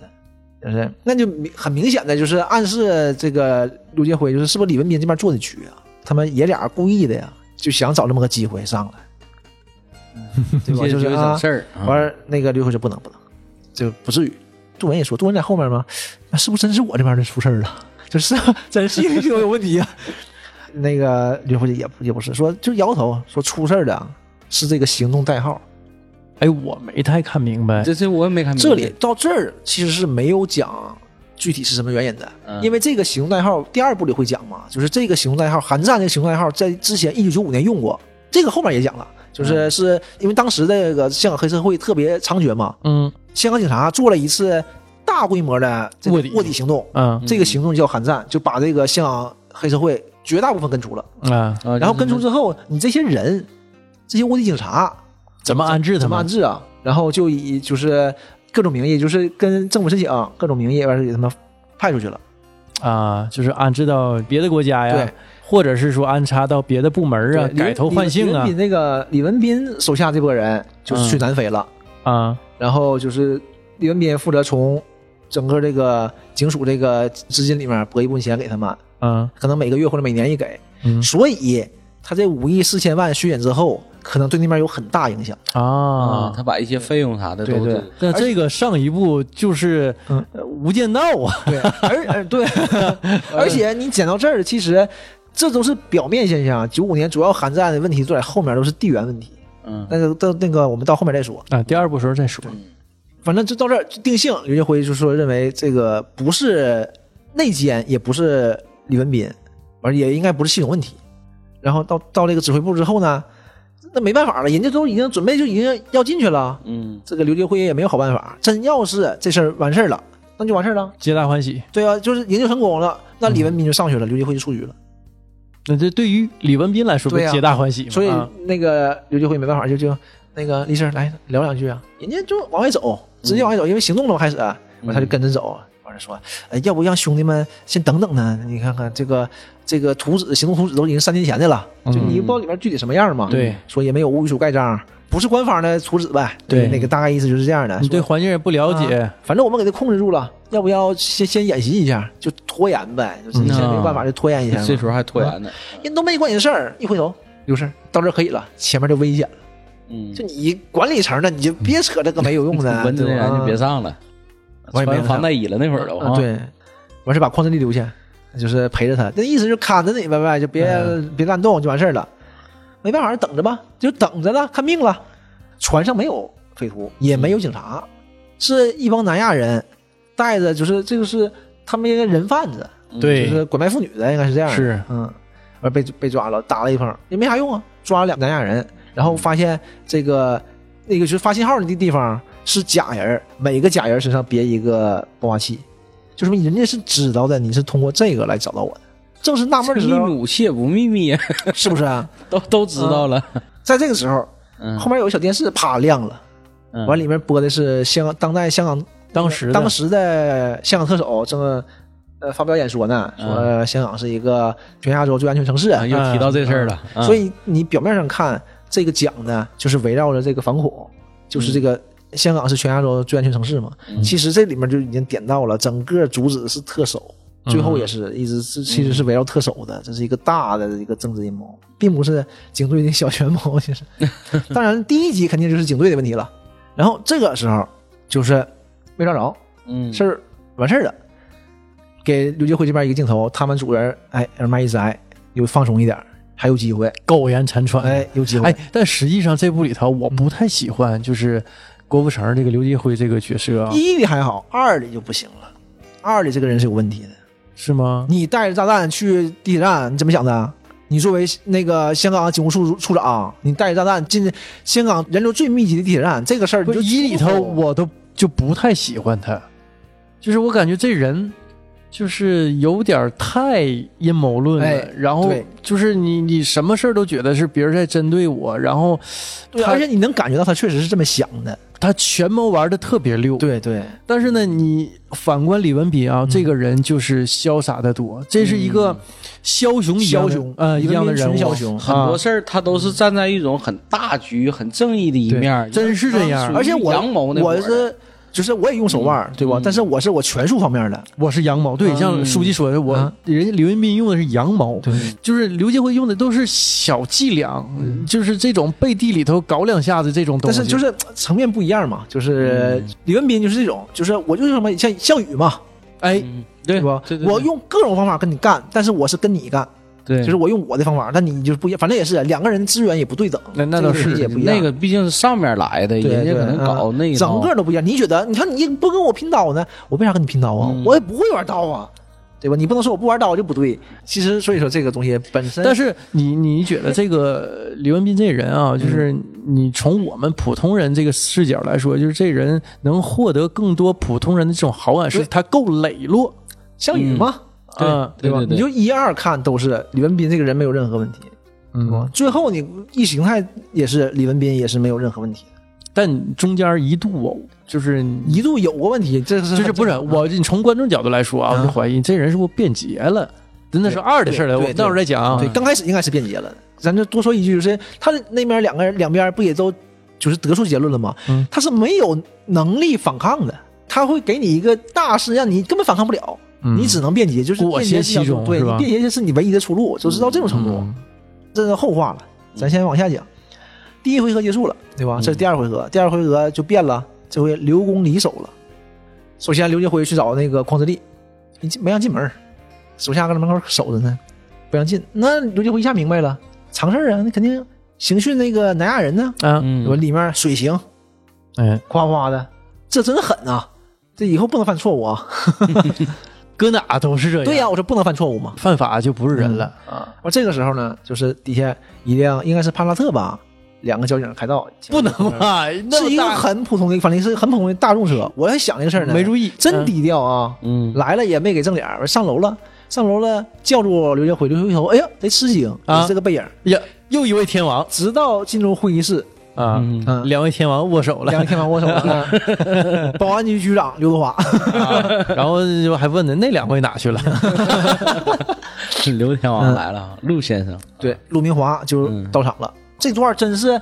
就是那就明很明显的就是暗示这个刘杰辉，就是是不是李文斌这边做的局啊？他们爷俩故意的呀，就想找这么个机会上来，对吧？ *laughs* 这就是有啊整事，儿，嗯完儿那个刘辉说不能不能，就不至于。杜文也说，杜文在后面吗？那是不是真是我这边的出事儿了？就是啊真是系统有问题啊。 *laughs* 那个刘辉也不也不是说，就摇摇头说出事儿的啊是这个行动代号。哎，我没太看明白，这这我也没嗯看明白这里到这儿其实是没有讲具体是什么原因的，嗯因为这个行动代号第二部里会讲嘛，就是这个行动代号，韩战这个行动代号在之前一九九五年用过，这个后面也讲了，就是是因为当时这个香港黑社会特别猖獗嘛，嗯香港警察做了一次大规模的这个卧底卧底行动，啊这个行动叫韩战，就把这个香港黑社会绝大部分根除了。啊，啊，然后根除这之后，你这些人，这些卧底警察怎么安置他怎么安们？置啊？然后就以就是各种名义，就是跟政府申请、啊各种名义，完事给他们派出去了。啊，就是安置到别的国家呀对，或者是说安插到别的部门啊，对改头换姓啊李文斌那个李文斌手下这波人就是去南非了，啊，然后就是李文斌负责从整个这个警署这个资金里面拨一部分钱给他们，嗯可能每个月或者每年一给。嗯所以他这五亿四千万削减之后，可能对那边有很大影响。啊啊，，他把一些费用啥的都对对是那这个上一步就是嗯呃《无间道》啊， *laughs* 对，而而对， *laughs* 呃而且你讲到这儿，其实这都是表面现象。啊九五年主要韩战的问题都在后面，都是地缘问题。嗯，那个到那个我们到后面再说，啊，第二部时候再说。反正就到这儿就定性。刘建辉就说认为这个不是内奸，也不是李文斌，而也应该不是系统问题。然后到到这个指挥部之后呢，那没办法了，人家都已经准备就已经要进去了，嗯这个刘杰辉也没有好办法。真要是这事儿完事儿了，那就完事儿了。皆大欢喜。对啊，就是研究成功了，那李文斌就上去了，刘继辉就出局了。那这对于李文斌来说，不对呀皆大欢喜吗？所以啊那个刘继辉没办法，就就那个律师来聊两句啊，人家就往外走，直接往外走，因为行动了嘛，开始，啊嗯完他就跟着走，啊完了说，呃，要不让兄弟们先等等呢？你看看这个这个图纸，行动图纸都已经三年前的了，就你也不知道里面具体什么样嘛。嗯对，说也没有无语书盖章，不是官方的图纸呗？对那个大概意思就是这样的。你对说环境也不了解啊，反正我们给他控制住了，要不要先先演习一下，就拖延呗，就是现在没办法就拖延一下嘛。这时候还拖延呢，人都没管你的事儿，一回头，刘事儿到这儿可以了，前面就危险了。嗯，就你管理层的，你就别扯这个没有用的，嗯蚊子啊对人吧就别上了，我也没穿防上弹衣了那会儿都啊啊，对，完事儿把矿真力留下，就是陪着他，那意思就是看着你呗呗，就别、别乱动就完事儿了。没办法，等着吧，就等着了，看命了。船上没有匪徒，也没有警察，是一帮南亚人带着，就是这个是他们应该人贩子，嗯就对是拐卖妇女的，应该是这样的。是，嗯，完被被抓了，打了一通也没啥用啊，抓了两南亚人，然后发现这个那个就是发信号的地方是假人儿，每个假人身上别一个爆发器，就说明人家是知道的，你是通过这个来找到我的。正是纳闷儿的秘时密 *laughs* 候，武器也不秘密，是不是啊？都都知道了，在这个时候，嗯，啊后面有个小电视啪亮了，嗯完里面播的是香港当代香港当时的当时的香港特首正呃发表演说呢，说香港是一个全亚洲最安全城市，啊又提到这事儿了，嗯所以你表面上看这个奖呢，就是围绕着这个反恐，就是这个香港是全亚洲最安全城市嘛。嗯其实这里面就已经点到了，整个主旨是特首，嗯最后也是一直是其实是围绕特首的，这是一个大的一个政治阴谋，并不是警队的小权 *laughs* 谋。其实，当然第一集肯定就是警队的问题了。然后这个时候就是没抓着，嗯事儿完事儿了。给刘杰辉这边一个镜头，他们组人哎耳麦一摘，又放松一点儿，还有机会。苟延残喘。哎，有机会。哎，但实际上这部里头，我不太喜欢就是郭富城这个刘继辉这个角色啊，一里还好，二里就不行了。二里这个人是有问题的。是吗？你带着炸弹去地铁站，你怎么想的？啊你作为那个香港警务处处长，你带着炸弹进香港人流最密集的地铁站，这个事儿你不就是一里头，出头我都就不太喜欢他，就是我感觉这人就是有点太阴谋论了，哎然后对就是你你什么事儿都觉得是别人在针对我，然后对，他而且你能感觉到他确实是这么想的。他权谋玩的特别溜，对嗯对，但是呢，你反观李文斌啊，这个人就是潇洒的多，这是一嗯个枭雄一样枭的雄，呃李一文样的斌人物，纯枭雄。嗯很多事儿他都是站在一种很大局、很正义的一对面儿，真是这样属于而且我阳谋那伙儿我是就是我也用手腕嗯儿，对吧？但是我是我拳术方面的，我是羊毛，对，像书记说的，我、啊人家李文斌用的是羊毛，嗯对，就是刘杰辉用的都是小伎俩，就是这种背地里头搞两下子这种东嗯但西。是就是层面不一样嘛。就是嗯李文斌就是这种，就是我就是什么像项羽嘛，哎，嗯对对吧？对对我用各种方法跟你干，但是我是跟你干，对就是我用我的方法，但你就是不一样，反正也是两个人资源也不对等，那那倒这个理是解不一样。那个毕竟是上面来的，对人家可能对搞那一套整个都不一样。你觉得，你看你不跟我拼刀呢，我为啥跟你拼刀啊？我也不会玩刀啊，对吧？你不能说我不玩刀就不对。其实所以说这个东西本身，但是你你觉得这个李文斌这人啊，嗯就是你从我们普通人这个视角来说，就是这人能获得更多普通人的这种好感，是对他够磊落，项羽嘛，对嗯对吧对？你对就一二看都是李文斌这个人没有任何问题，对嗯吧？最后你意识形态也是李文斌也是没有任何问题的，但中间一度哦，就是一度有过问题，这是就是不是很正常的我，你从观众角度来说啊，我就怀疑这人是不是变节了？真的是二的事儿了，对我对们到时候再讲啊。对，刚开始应该是便捷了。咱这多说一句，就是他那边两个人两边不也都就是得出结论了吗？嗯他是没有能力反抗的，他会给你一个大势，让你根本反抗不了，嗯你只能便捷，就是裹便挟捷其是一条中对，是吧你便捷就是你唯一的出路，就是到这种程度，嗯这是后话了。咱先往下讲，第一回合结束了，对吧？这是第二回合，第二回合就变了，这回刘公离手了。首先，刘杰辉去找那个匡自立，你进没让进门儿，手下搁那门口守着呢，不让进。那刘杰辉一下明白了，常事儿啊，那肯定刑讯那个南亚人呢，啊，嗯嗯我、里面水刑，哎，夸夸的，这真狠啊！这以后不能犯错误啊！搁哪都是这样。对呀、我说不能犯错误嘛。犯法就不是人了。我这个时候呢，就是底下一辆应该是帕萨特吧，两个交警开道，不能吧？那是么一个大很普通的，反正是很普通的大众车。我还想这个事儿呢，没注意真嗯低调啊。嗯来了也没给正脸儿，上楼了，上楼了，叫住刘家辉，刘家辉一瞅，哎呀，贼吃惊，啊你是个背影儿。呀，又一位天王直到进入会议室，啊，嗯两位天王握手了两个天王握手了，嗯保安局局长刘 *laughs* 德华，啊，然后就还问呢，那两位哪去了？刘天王来啊了，陆先生，对，陆明华就嗯到场了。这段真是，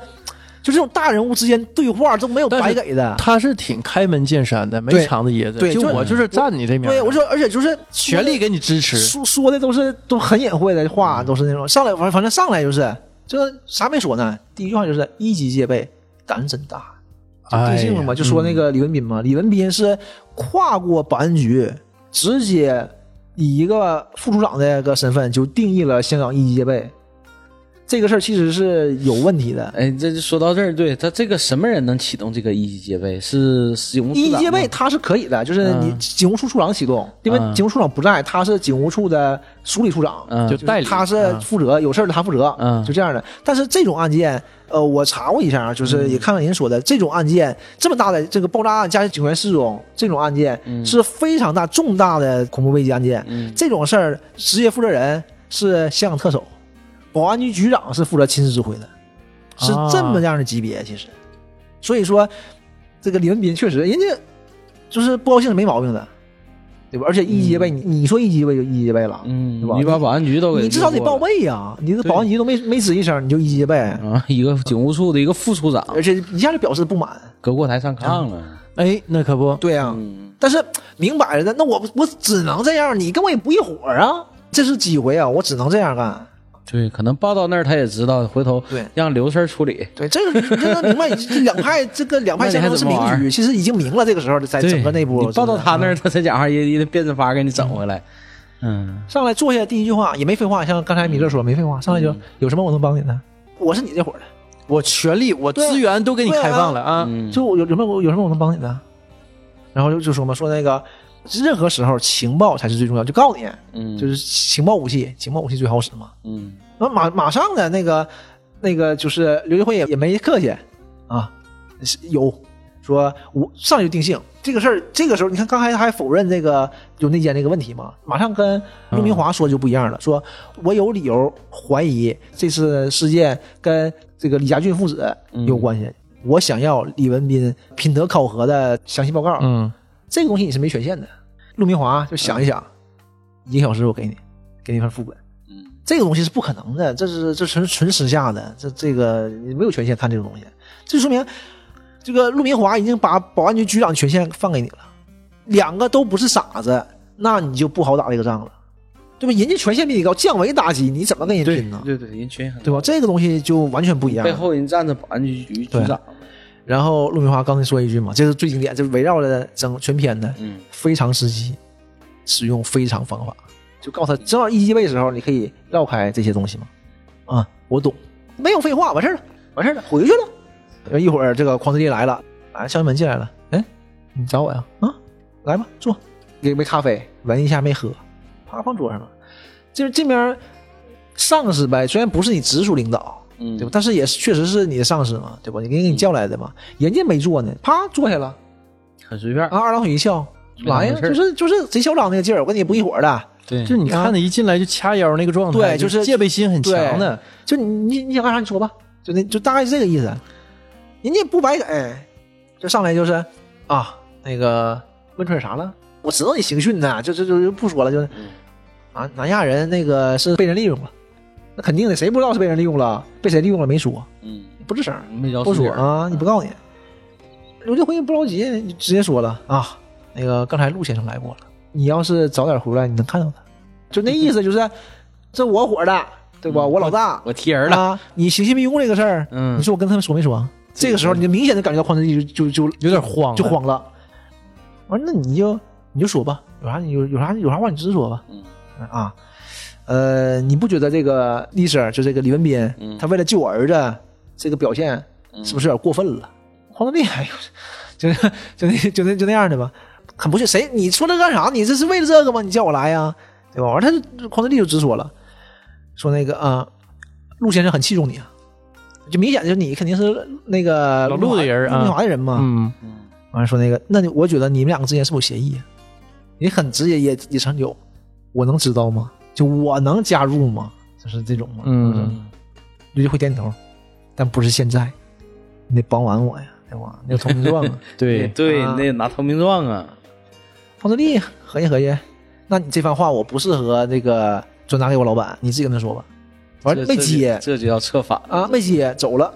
就这种大人物之间对话都没有但是白给的。他是挺开门见山的，没对藏着掖着，对就就我就是站你这面儿的，对，我说，而且就是全力给你支持。说说的都是都很隐晦的嗯话，都是那种上来反反正上来就是这啥没说呢，第一句话就是一级戒备，胆真大，就哎定呀性了嘛，就说那个李文斌嘛，李文斌是跨过保安局，直接以一个副处长的一个身份就定义了香港一级戒备，这个事儿其实是有问题的。哎，这就说到这儿，对他这个什么人能启动这个一级戒备？是警务处一级长戒吗备它是可以的，就是你嗯警务处处长启动，因为嗯警务处长不在，他是警务处的署理处长，嗯就代理他是负责，有事儿他负责，嗯就这样的。但是这种案件，呃，我查过一下啊，嗯就是也看看您说的，这种案件这么大的这个爆炸案加警员失踪这种案件嗯是非常大重大的恐怖危机案件，这种事儿职业负责人是香港特首，保安局局长是负责亲自指挥的，是这啊么样的级别其实。所以说，这个李文斌确实人家就是不高兴是没毛病的。对吧？而且一级被你、你说一级被就一级被了，嗯对吧？，你把保安局都给你至少得溜过报了备呀、嗯你这保安局都没没吱一声，你就一级备，啊！一个警务处的一个副处长而且一下就表示不满。搁过台上啊炕了，哎，那可不，对呀、嗯但是明摆着的，那我我只能这样，你跟我也不一伙儿啊，这是机会啊，我只能这样干。对，可能报到那儿他也知道，回头对让刘氏儿处理。对，这个你这个明白，这两派这个两派那你相还当是怎么明玩局，其实已经明了。这个时候在整个内部，你报是到不是啊他那儿，他这家伙也也得变着法儿给你整回来。嗯，上来坐下，第一句话也没废话，像刚才米勒说没废话，上来就有什么我能帮你的，嗯我是你这伙儿的，我全力，我对资源都给你对啊开放了啊！嗯就有有什么我有什么我能帮你的，然后就就说嘛，说那个任何时候情报才是最重要，就告诉你，嗯就是情报武器，情报武器最好使嘛。嗯，那马马上呢，那个那个就是刘继辉也也没客气啊，是有说我上来就定性这个事儿。这个时候你看刚才还否认这个有内奸这个问题嘛，马上跟陆明华说就不一样了，说我有理由怀疑这次事件跟这个李家俊父子有关系。我想要李文斌品德考核的详细报告，嗯，这个东西你是没权限的。陆明华就想一想，一个小时我给你，给你一份副本。嗯，这个东西是不可能的，这是这纯纯私下的，这这个你没有权限看这种东西。这说明这个陆明华已经把保安局局长权限放给你了，两个都不是傻子，那你就不好打这个仗了，对吧？人家权限比你高，降维打击，你怎么跟人拼呢？对对，人群很对吧？这个东西就完全不一样背了。后人站着保安局局对局长，然后陆明华刚才说一句嘛，这是最经典，这是围绕着整全篇的，嗯，非常时期，使用非常方法，就告诉他，正好一机位的时候，你可以绕开这些东西嘛。啊，我懂，没有废话，完事儿了，完事儿了，回去了。然后一会儿这个匡自立来了，啊，肖一门进来了，哎，你找我呀？啊，来吧，坐，给杯咖啡，闻一下没喝，啪放桌上了。就是这边儿上司呗，虽然不是你直属领导，嗯对吧？但是也是确实是你的上司嘛，对吧？你给你叫来的嘛，人家没坐呢，啪坐下了。很随便。啊，二郎腿一翘，来呀，没事就儿是就是贼嚣张那个劲儿，我跟你不一伙儿的。对嗯就是你看他一进来就掐腰那个状态，对就是戒备心很强的。就你你你想干啥你说吧，就那就大概是这个意思。人家不白给，就上来就是啊，那个问出点啥了？我知道你刑讯呢，就就就就不说了，就是嗯啊，南亚人那个是被人利用了，那肯定的，谁不知道是被人利用了？被谁利用了没说，嗯，不吱声儿。没聊不死说理儿嗯啊，你不告诉你。刘建辉不着急，你直接说了啊，那个刚才陆先生来过了，你要是早点回来，你能看到他，就那意思就是，这我伙的，对吧？我老大，我踢人了。啊，你刑讯逼供这个事儿，嗯你说我跟他们说没说？这个时候你就明显的感觉到匡正义就就就有点慌了，啊就慌了。我说那你就你就说吧，有啥你有有啥有啥话你直说吧。啊，呃，你不觉得这个丽婶儿就这个李文斌，他为了救我儿子这个表现是不是有点过分了？黄德利还有，就是就那就那就那样的吧，很不屑。谁你说这干啥？你这是为了这个吗？你叫我来呀，对吧？完呃他就黄德利就直说了，说那个啊、陆先生很器重你啊，就明显就是你肯定是那个老陆的人啊陆华的人嘛。嗯，完了说那个，那你我觉得你们两个之间是不是有协议？你很直接，也也长久，我能知道吗？就我能加入吗？就是这种嘛。嗯我说驴就会点头，但不是现在，你得帮完我呀，对吧？你有投名状 *laughs* 啊，对，对，啊你得拿投名状啊。方志力合计合计，那你这番话我不适合这个转达给我老板，你自己跟他说吧。完了这没接这就这就叫策反了。啊，没接走了。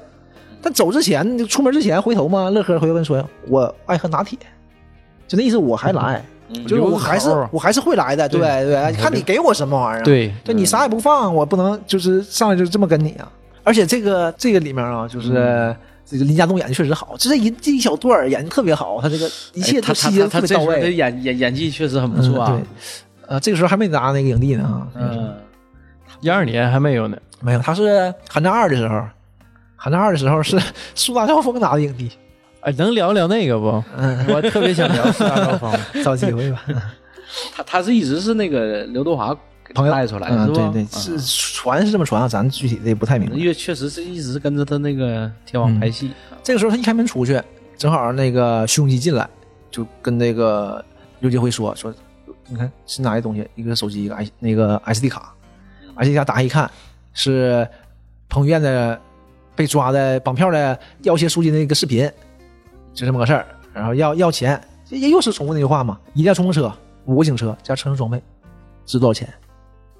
但走之前，就出门之前回头嘛，乐呵回头跟说，我爱喝拿铁，就那意思，我还来，嗯就是我还是留个口我还是会来的，对对，看你给我什么玩意儿，对对你啥也不放，我不能就是上来就这么跟你啊。而且这个这个里面啊，就是。嗯这个林家栋演的确实好，就这一这一小段儿演的特别好，他这个一切哎都他细他节他都特别他这到时候位的。演演演技确实很嗯，不错啊对。，呃，这个时候还没拿那个影帝呢啊，嗯，一二年还没有呢，没有，他是寒战二的时候，寒战二的时候是 *laughs* 树大招风拿的影帝，哎，能聊聊那个不？嗯，我特别想聊四大高峰，找机会吧，他他是一直是那个刘德华给朋友 *laughs* 带出来的，嗯，是对吧？啊对，是传是这么传啊，咱具体的也不太明白因。为确实是一直跟着他那个天王拍戏。这个时候他一开门出去，正好那个胸肌进来，就跟那个刘杰辉说说，你看新拿的东西，一个手机，一个 i 那个 SD 卡，SD 卡打开一看是彭于晏的被抓的绑票的要挟书记的那个视频，就这么个事儿，然后要要钱，这也又是重复那句话嘛，一辆冲锋车，五个警车加车上装备，值多少钱？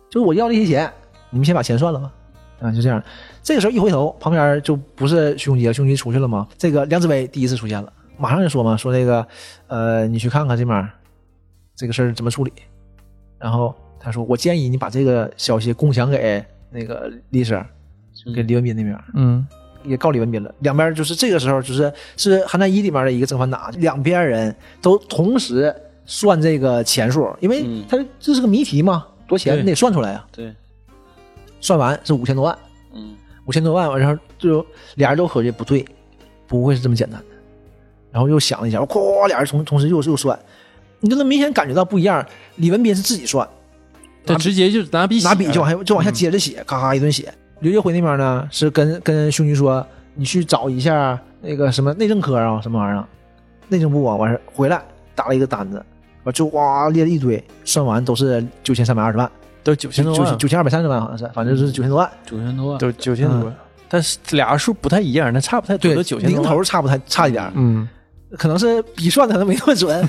就是我要那些钱，你们先把钱算了吧。啊，就这样。这个时候一回头，旁边就不是徐永杰，徐永杰出去了吗？这个梁志伟第一次出现了，马上就说嘛，说那个，呃，你去看看这面儿这个事儿怎么处理。然后他说，我建议你把这个消息共享给那个丽婶儿，就给李文斌那边儿， *laughs* 嗯，也告李文斌了。两边就是这个时候，就是是《寒战一》里面的一个正反打，两边人都同时算这个钱数，因为他这是个谜题嘛，多钱对你得算出来啊。对，算完是五千多万。嗯，五千多万，然后就俩人都合计不对，不会是这么简单的。然后又想了一下，咵，俩人同同时又又算，你就能明显感觉到不一样。李文斌是自己算，他直接就拿笔写拿笔就往就嗯往下接着写，咔咔一顿写。刘杰辉那边呢是跟跟兄弟说，你去找一下那个什么内政科啊，什么玩意儿啊，内政部啊，完事儿回来打了一个单子，完就哇列了一堆，算完都是九千三百二十万，都九千九多九万，九千二百三十万好像是，反正就是九千多万。九千多万。都九千多万，嗯但是俩数不太一样，那差不太多，对都，九千零多万，头差不太差一点儿，嗯，可能是笔算的可能没那么 *laughs* 准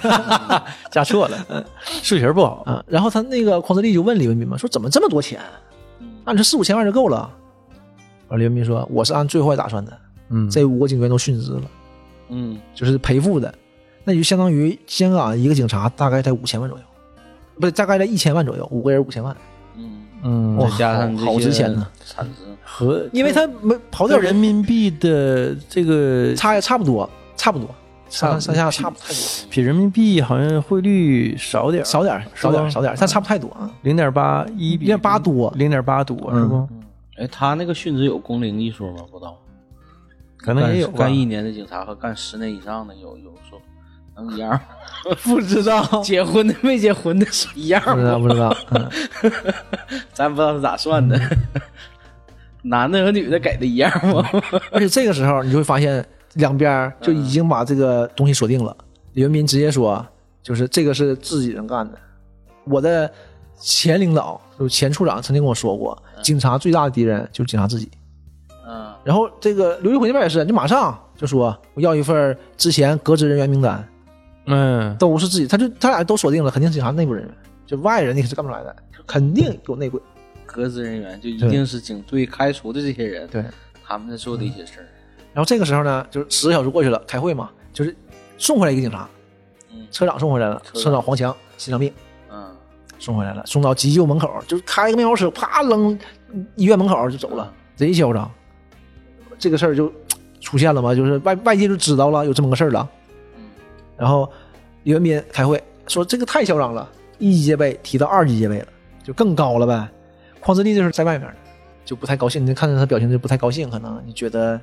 加错了，数学不好，啊。然后他那个匡德利就问李文斌嘛，说怎么这么多钱？按这四五千万就够了。而李文斌说，我是按最坏打算的，嗯，这五个警员都殉职了，嗯，就是赔付的，那就相当于香港一个警察大概在五千万左右，不是大概在一千万左右，五个人五千万，嗯，哇再加上好好值钱呢呢，产值。和因为他没刨这掉人人民币的这个差差不多，差不多，差上不上下差不嗯太多，比人民币好像汇率少点儿，少点儿是吧嗯少点儿少点儿，但差不太多啊，零点八一比零点八啊嗯多，零点八多啊是不？哎，他那个殉职有工龄一说吗？不知道，可能也有吧干。一年的警察和干十年以上的有有说能一样吗？不知道， *laughs* *laughs* 结婚的没结婚的是一样不知道吗？不知道，嗯。 *laughs* 咱不知道是咋算的， *laughs* 男的和女的给的一样吗？ *laughs* 而且这个时候你就会发现，两边儿就已经把这个东西锁定了。李文斌直接说，就是这个是自己人干的。我的前领导，就是前处长曾经跟我说过，警察最大的敌人就是警察自己。 *laughs* 嗯，然后这个刘玉辉那边也是，就马上就说我要一份儿之前革职人员名单，嗯，都是自己，他就他俩都锁定了，肯定是警察内部人员，就外人你可是干不出来的，肯定有内鬼。革职人员就一定是警队开除的这些人，对，他们在做的一些事儿。然后这个时候呢，就是十个小时过去了，开会嘛，就是送回来一个警察，嗯车长送回来了，车长车长黄强心脏病嗯，送回来了，送到急救门口，就是开个面包车，啪扔医院门口就走了，贼嚣张。这个事儿就嘖出现了嘛，就是外外界就知道了有这么个事儿了。然后李文斌开会说这个太嚣张了，一级戒备提到二级戒备了，就更高了呗。匡自立这时候在外面呢，就不太高兴，你看着他表情就不太高兴，可能你觉得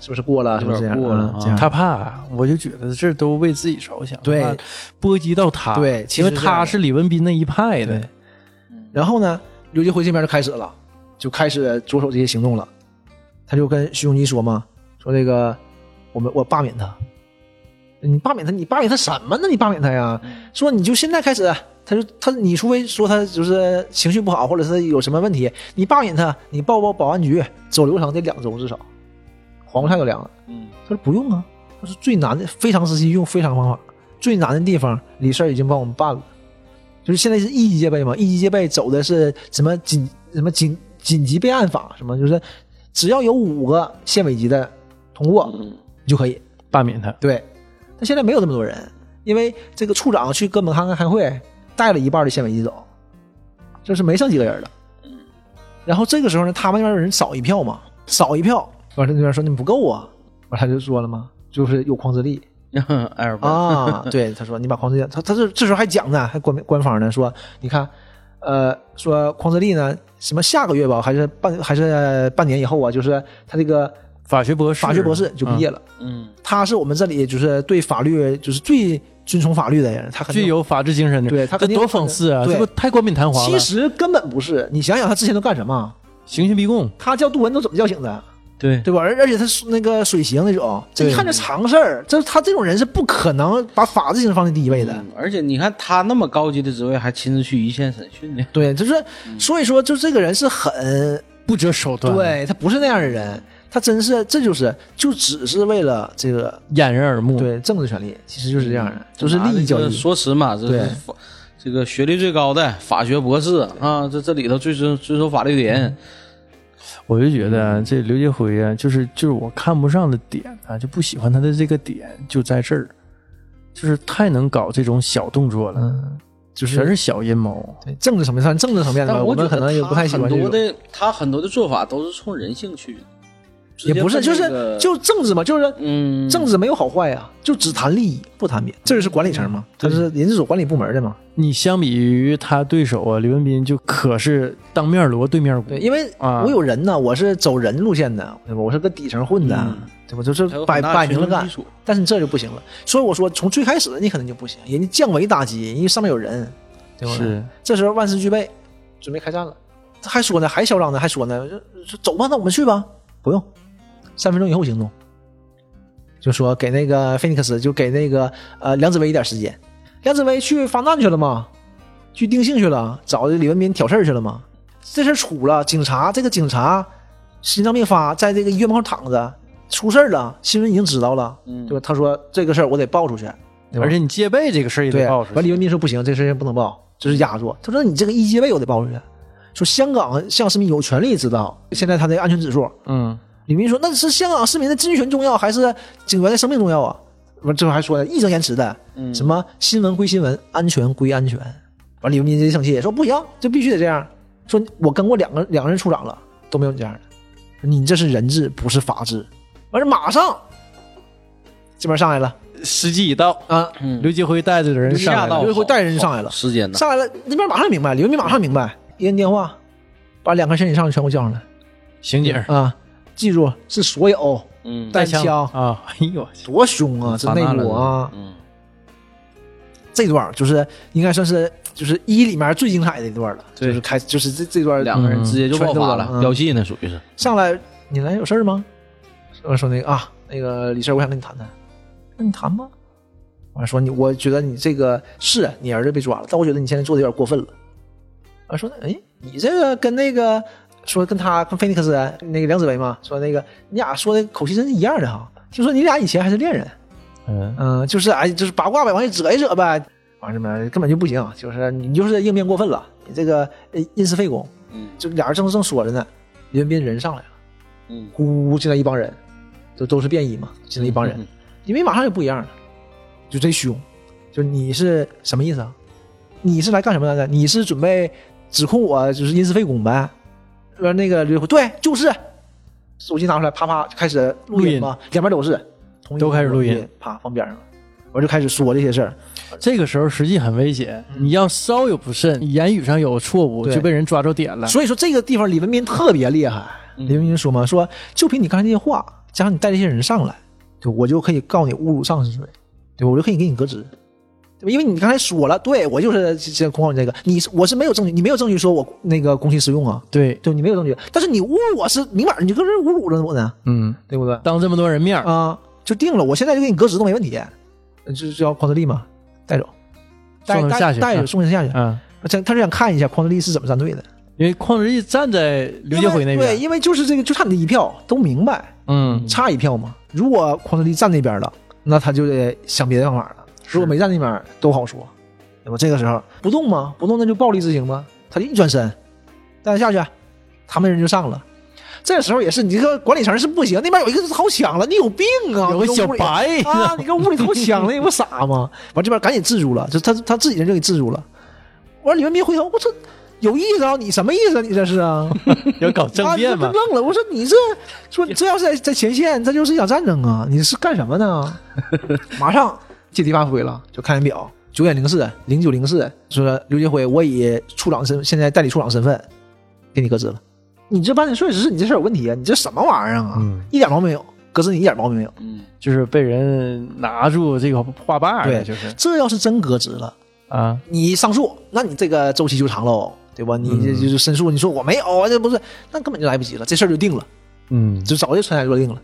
是不是过了，是不是这样有点过了嗯啊这样他怕，我就觉得这都为自己着想，对怕波及到他，对其因实为是这样他的是李文斌那一派的对，然后呢，刘继辉这边就开始了，就开始着手这些行动了。他就跟徐永基说嘛，说这个我们我罢免他，你罢免他，你罢免他什么呢？你罢免他呀？说你就现在开始，他就他你除非说他就是情绪不好，或者是有什么问题，你罢免他，你报报保安局，走流程得两周至少。黄瓜菜都凉了，嗯，他说不用啊，他说最难的非常时期用非常方法，最难的地方李四儿已经帮我们办了。就是现在是一级戒备嘛，一级戒备走的是什么紧什么紧紧急备案法，什么就是只要有五个县委级的通过，你就可以。罢免他。对，但现在没有这么多人，因为这个处长去哥本哈根开会，带了一半的县委级走，就是没剩几个人了。然后这个时候呢，他们那边人少一票嘛，少一票，完他那边说你们不够啊，完他就说了嘛，就是有控制力， *laughs* 艾尔伯，啊，嗯对，他说你把匡自力，他他这这时候还讲呢，还官官方呢说，你看，呃，说匡自力呢，什么下个月吧，还是半还是半年以后啊，就是他这个法学博士，法学博士就毕业了，啊嗯，他是我们这里就是对法律就是最遵从法律的人，他嗯，肯定具有法治精神的，对他这肯定多讽刺啊！对这不太冠冕堂皇其了，实根本不是，你想想他之前都干什么？刑讯逼供，他叫杜文都怎么叫醒的？对，对吧？而而且他是那个水刑那种，这一看就常事儿，这他这种人是不可能把法治精神放在第一位的。嗯而且你看他那么高级的职位，还亲自去一线审讯呢。对，就是嗯所以说，就这个人是很，不择手段，，对他不是那样的人，他真是这就是就只是为了这个掩人耳目。，对政治权利，其实就是这样的，就是利益交嗯拿这个易。说辞嘛，这对是法这个学历最高的法学博士啊，这这里头最遵遵守法律的人，我就觉嗯得这刘杰辉啊，就是就是我看不上的点啊，就不喜欢他的这个点就在这儿，就是太能搞这种小动作了，嗯，就是全是小阴谋。对政治层面上，政治层面但的，我觉们得可能也不太喜欢他这很多种。的他很多的做法都是冲人性去，也不是，就直接奔是那个就政治嘛，就是嗯，政治没有好坏啊，就只谈利益，不谈别的。这就是管理层嗯嘛，他是人事所管理部门的嘛。你相比于他对手啊，刘文斌就可是当面锣对面鼓对，，因为啊我有人呢，我是走人路线的，对吧？我是跟底层混的，啊对吧？就是他嗯有摆很大的摆明了群众干基。础但是你这就不行了，所以我说从最开始你肯定就不行，人家降维打击，人家上面有人，对吧？是这时候万事俱备，准备开战了，他还说呢，还嚣张呢，还说呢，说说走吧，那我们去吧，不用，三分钟以后行动，就说给那个菲尼克斯，就给那个呃梁子威一点时间，梁子威去发难去了吗？去定性去了，找李文斌挑事儿去了吗？这事儿出了，警察这个警察心脏病发，在这个医院门口躺着，出事儿了，新闻已经知道了，嗯对吧？他说这个事儿我得报出去，对嗯吧而且你戒备这个事儿也对啊得，报出完去。李文斌说不行，这事情不能报，这是压住。他说你这个一级位我得报出去，说香港向市民有权利知道现在他的安全指数。嗯，李文斌说那是香港市民的知情权重要，还是警员的生命重要啊？完最后还说了义正言辞的，嗯什么新闻归新闻，安全归安全。完李文斌直接生气，说不行，这必须得这样。说我跟过两个两个人处长了，都没有你这样的，你这是人治不是法治。完事马上这边上来了时机已到，啊，刘杰辉带着人上来吓到了，刘一辉带人上来了。时间呢？上来了，那边马上明白，刘明马上明白，一摁电话，把两个身体上的全给我叫上来刑警啊！记住是所有嗯，带枪枪，啊！哎呦我去，多凶啊！这内幕啊，嗯，这段就是应该算是就是一里面最精彩的一段了，就是开就是这这段两个人直接就爆发全都嗯了了，飙戏呢属于是，上来，你来有事儿吗？说说那个啊，那个李四儿，我想跟你谈谈。那你谈吧。完说你，我觉得你这个是你儿子被抓了，但我觉得你现在做的有点过分了。啊，说哎，你这个跟那个说跟他跟菲尼克斯那个梁子维嘛，说那个你俩说的口气真是一样的哈。听说你俩以前还是恋人，嗯，嗯、就是哎，就是八卦呗，往里扯一扯呗。完什么根本就不行，就是你就是应变过分了，你这个呃因私废公。嗯，就俩人正正说着呢，林文斌人上来了，嗯，呼进来一帮人，都都是便衣嘛，进来一帮嗯人，因为马上就不一样了，就这凶，就你是什么意思啊？你是来干什么来的？你是准备指控我就是因私废公呗？说那个刘对，就是，手机拿出来，啪啪就开始录音嘛，两边都是，同一都开始录音音，啪放边上了，我就开始说这些事儿，这个时候实际很危险，你要稍有不慎，言语上有错误嗯对就被人抓住点了。所以说这个地方李文斌特别厉害。李文斌说嘛，说就凭你刚才那些话，加上你带这些人上来，对我就可以告你侮辱上司罪，对吧我就可以给你革职。对吧因为你刚才说了，对我就是这控告你这个，你是我是没有证据，你没有证据说我那个公器私用啊，对，对，你没有证据，但是你侮辱我是明摆，你搁这侮辱了我呢，嗯，对不对？啊、当这么多人面儿，就定了，我现在就给你革职都没问题，就就要匡德利嘛，带走，带送人带下去带着送人下去，嗯，他想他是想看一下匡德利是怎么站队的，因为旷日义站在刘杰辉那因为对，边，因为就是这个，就差你的一票，都明白，嗯，差一票嘛。如果匡德利站那边了，那他就得想别的方法了；如果没站那边，都好说。那么这个时候不动吗？不动那就暴力执行吗？他就一转身，带他下去，啊他们人就上了。这时候也是，你这个管理层是不行，那边有一个掏枪了，你有病啊！有个小白你 *laughs* 搁屋里啊，你搁屋里掏枪了，你不傻吗？完这边赶紧制住了，就他他自己人就给制住了。完李文斌回头，我操，有意思啊！你什么意思啊？你这是啊？要搞政变啊嘛你，这不愣了，我说你这说这要是在在前线，这就是一场战争啊！你是干什么呢？ *laughs* 马上借题发挥了，就看人表，九点零四零九零四，说刘杰辉，我以处长身现在代理处长身份给你革职了。你这办的确实是你这事儿有问题啊！你这什么玩意儿啊？嗯一点毛病没有，革职你一点毛病没有。嗯，就是被人拿住这个话把儿了，对，就是这要是真革职了，啊，你上诉，那你这个周期就长喽，对吧？嗯你这就是申诉，你说我没有啊，这不是，那根本就来不及了，这事儿就定了。嗯，就早就尘埃落定了。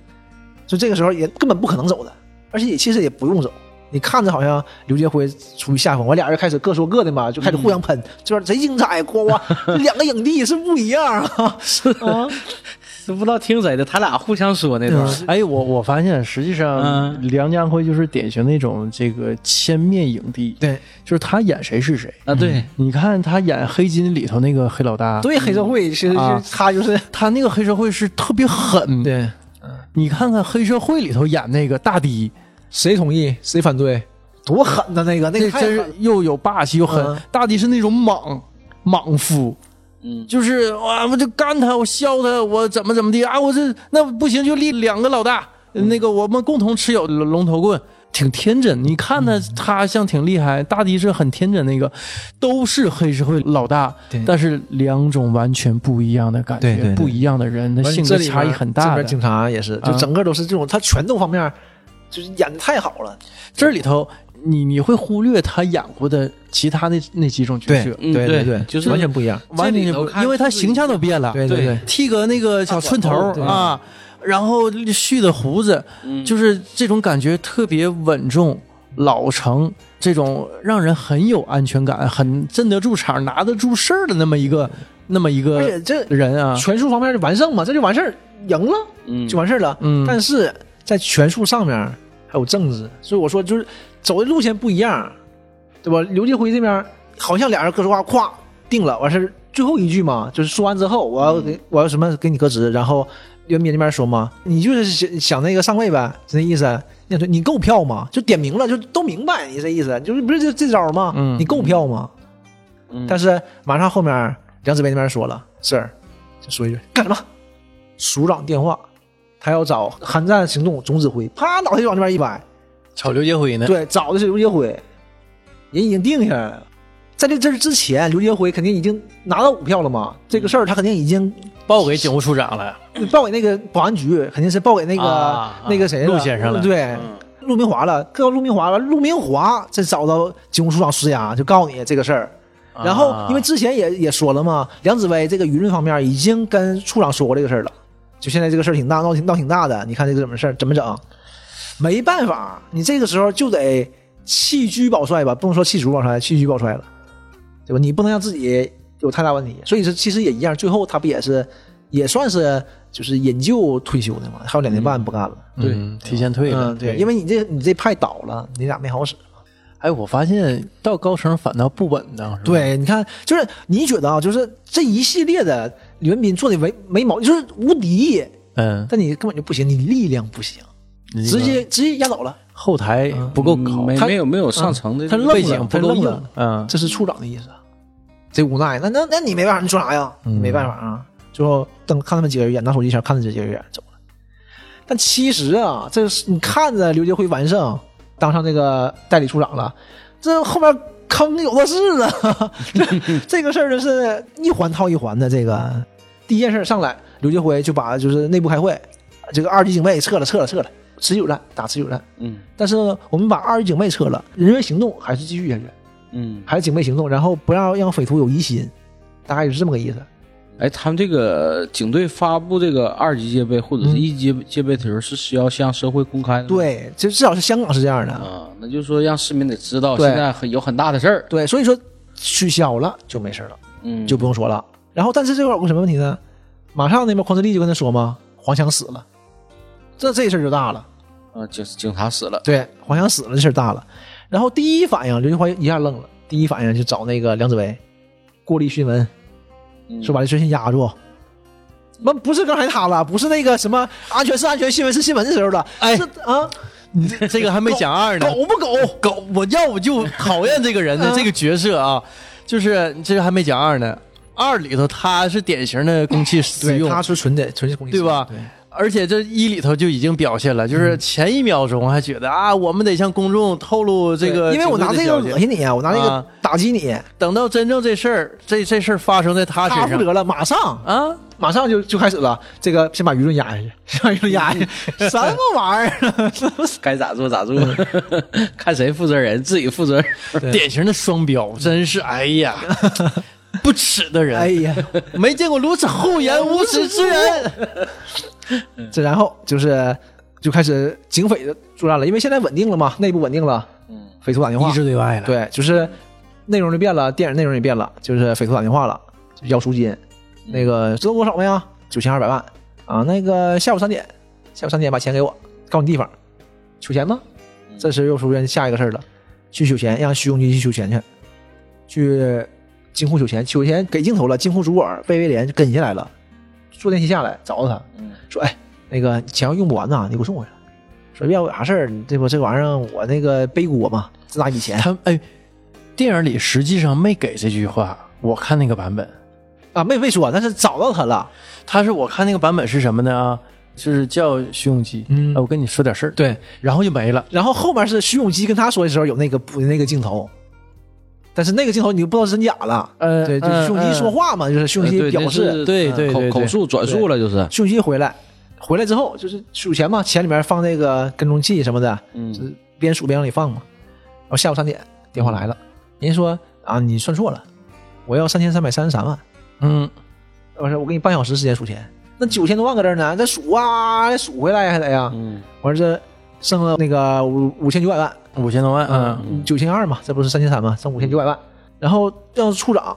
就这个时候也根本不可能走的，而且也其实也不用走。你看着好像刘杰辉处于下风，我俩人开始各说各的嘛，就开始互相喷，这边贼精彩，呱呱，这两个影帝是不一样啊。啊都不知道听谁的，他俩互相说那段儿。哎，我我发现实际上嗯梁家辉就是典型那种这个千面影帝，对就是他演谁是谁。啊，对，你看他演《黑金》里头那个黑老大，对，黑社会其实就啊他就是他那个黑社会是特别狠。，对，你看看黑社会里头演那个大堤，谁同意谁反对，多狠呐那个那那个太真狠了是又有霸气又狠。嗯大堤是那种莽莽夫，嗯，就是哇，我就干他，我削他，我怎么怎么地啊？我这那不行，就立两个老大，嗯那个我们共同持有龙龙头棍。挺天真，你看嗯他，他像挺厉害，大堤是很天真那个，都是黑社会老大对，但是两种完全不一样的感觉，对对对不一样的人，那完性这格里面差异很大这的。边警察也是，就啊整个都是这种，他拳头方面就是演的太好了。这里头你你会忽略他演过的其他那那几种角色，嗯对就是完全不一样。完全这里不头看因为他形象都变了，对对对剃个那个小寸头大短头啊，然后蓄的胡子，嗯就是这种感觉特别稳重、老成，这种让人很有安全感、很镇得住场、拿得住事儿的那么一个那么一个而且这人啊，拳术方面就完胜嘛，这就完事儿，赢了，嗯就完事儿了。嗯但是在拳术上面还有政治，所以我说就是走的路线不一样，对吧？刘继辉这边好像俩人各说话，咵定了，完事儿最后一句嘛，就是说完之后，我要给、我要什么给你革职，然后袁斌那边说嘛，你就是想想那个上位呗，就那意思。那说你够票吗？就点明了，就都明白你这意思，就是不是这这招吗？嗯你够票吗？但是马上后面梁子威那边说了，Sir，就说一句干什么？署长电话，他要找韩战行动总指挥，啪脑袋就往那边一摆，瞅刘杰辉呢，对，找的是刘杰辉，人已经定下来了。在这这之前，刘杰辉肯定已经拿到五票了嘛，这个事儿他肯定已经报给警务处长了，报给那个保安局，肯定是报给那个、啊那个谁陆先生了嗯对，陆明华了，告陆明华了，陆明华这找到警务处长施压，就告诉你这个事儿。啊然后，因为之前也也说了嘛，梁紫薇这个舆论方面已经跟处长说过这个事儿了，就现在这个事儿挺大，闹挺闹挺大的，你看这个怎么事儿怎么整？没办法，你这个时候就得弃车保帅吧，不能说弃卒保帅，弃车保帅了，对吧？你不能让自己有太大问题，所以说其实也一样，最后他不也是也算是就是引咎退休的嘛，还有两年半不干了，嗯，提前退了，嗯，对，因为为你这你这派倒了，你俩没好使。哎，我发现到高层反倒不稳当，是吧，对，你看，就是你觉得啊，就是这一系列的李文斌做的没没毛病，就是无敌，嗯，但你根本就不行，你力量不行，直接直接压倒了。后台嗯不够嗯高，没他嗯没有没有上层的他这个愣背了景不他够愣硬了，嗯，这是处长的意思啊，这无奈。那那那你没办法，你说啥呀？没办法啊。最后等看他们几个人演，拿手机前看着这几个人走了。但其实啊，这是你看着刘杰辉完胜，当上这个代理处长了，这后面坑有的是啊。这这个事儿就是一环套一环的。这个第一件事上来，刘杰辉就把就是内部开会，这个二级警备撤了，撤了，撤了。持久战，打持久战。嗯但是我们把二十警备撤了，人员行动还是继续下去，嗯，还是警备行动，然后不要让匪徒有疑心，大概就是这么个意思。哎，他们这个警队发布这个二级戒备或嗯者是一级戒备条是需要向社会公开的吗。对，就至少是香港是这样的。啊，那就是说让市民得知道对现在很有很大的事儿。对，所以说取消了就没事了，嗯，就不用说了。然后，但是这块儿有个什么问题呢？马上那边匡自力就跟他说嘛，黄强死了，这这事儿就大了。啊，警警察死了。对，黄强死了这事儿大了。然后第一反应，刘金花一下愣了，第一反应就找那个梁子维过滤讯问，嗯说把这事先压住。那不是刚才他了，不是那个什么安全是安全，新闻是新闻的时候了。哎是啊，你 *laughs* 这这个还没讲二呢，狗不狗？狗，我要不就讨厌这个人的嗯这个角色啊，就是这还没讲二呢，二里头他是典型的公器私 *laughs* 对，用，他是纯的，纯是攻击，对吧对嗯而且这一里头就已经表现了，就是前一秒钟还觉得啊，我们得向公众透露这个因警为我队的拿消息，这个恶心你啊，我拿这啊个打击你，等到真正这事儿，这这事儿发生在他他身负上责了，马上啊，马上就就开始了。这个先把舆论压下去，先把舆论压下去，什么玩意儿？该咋做 *laughs* 咋做，看谁负责人，自己负责任。典型的双标，真是哎呀， *laughs* 不耻的人，嗯哎呀，没见过如此厚颜无耻之 *laughs* 人。这然后就是就开始警匪的作战了，因为现在稳定了嘛，内部稳定了，嗯，匪徒打电话，对外了，对，就是内容就变了，电影内容也变了，就是匪徒打电话了，就要赎金，那个知道多少没啊？九千二百万啊！那个下午三点，下午三点把钱给我，告诉你地方，取钱吗？这时又出现下一个事儿了，去取钱，让徐永军去取钱去，去金库取钱，取钱给镜头了，金库主管贝威廉就跟下来了，坐电梯下来找到他，说：“哎，那个钱要用不完呐，你给我送回来。”说要有啥事儿，你这不这玩意儿我那个背锅嘛，这大笔钱。他哎，电影里实际上没给这句话，我看那个版本，啊，没没说，但是找到他了。他是我看那个版本是什么呢啊？就是叫徐永基，嗯哎我跟你说点事儿，，对，然后就没了。然后后面是徐永基跟他说的时候有那个补那个镜头，但是那个镜头你就不知道真假了。呃对，就是嗯徐永基说话嘛，就是徐永基呃对，表那示是呃对对对对口口述转述了就是。徐永基回来，回来之后就是数钱嘛，钱里面放那个跟踪器什么的，嗯就是边数边往里放嘛。然后下午三点电话来了，人家说啊你算错了，我要三千三百三十三万。嗯，我说我给你半小时时间数钱，那九千多万搁这儿呢，再数啊，再数回来还得呀。嗯，我说这剩了那个五五千九百万，五千多万，嗯，嗯，九千二嘛，这不是三千三嘛，剩五千九百万。然后让处长，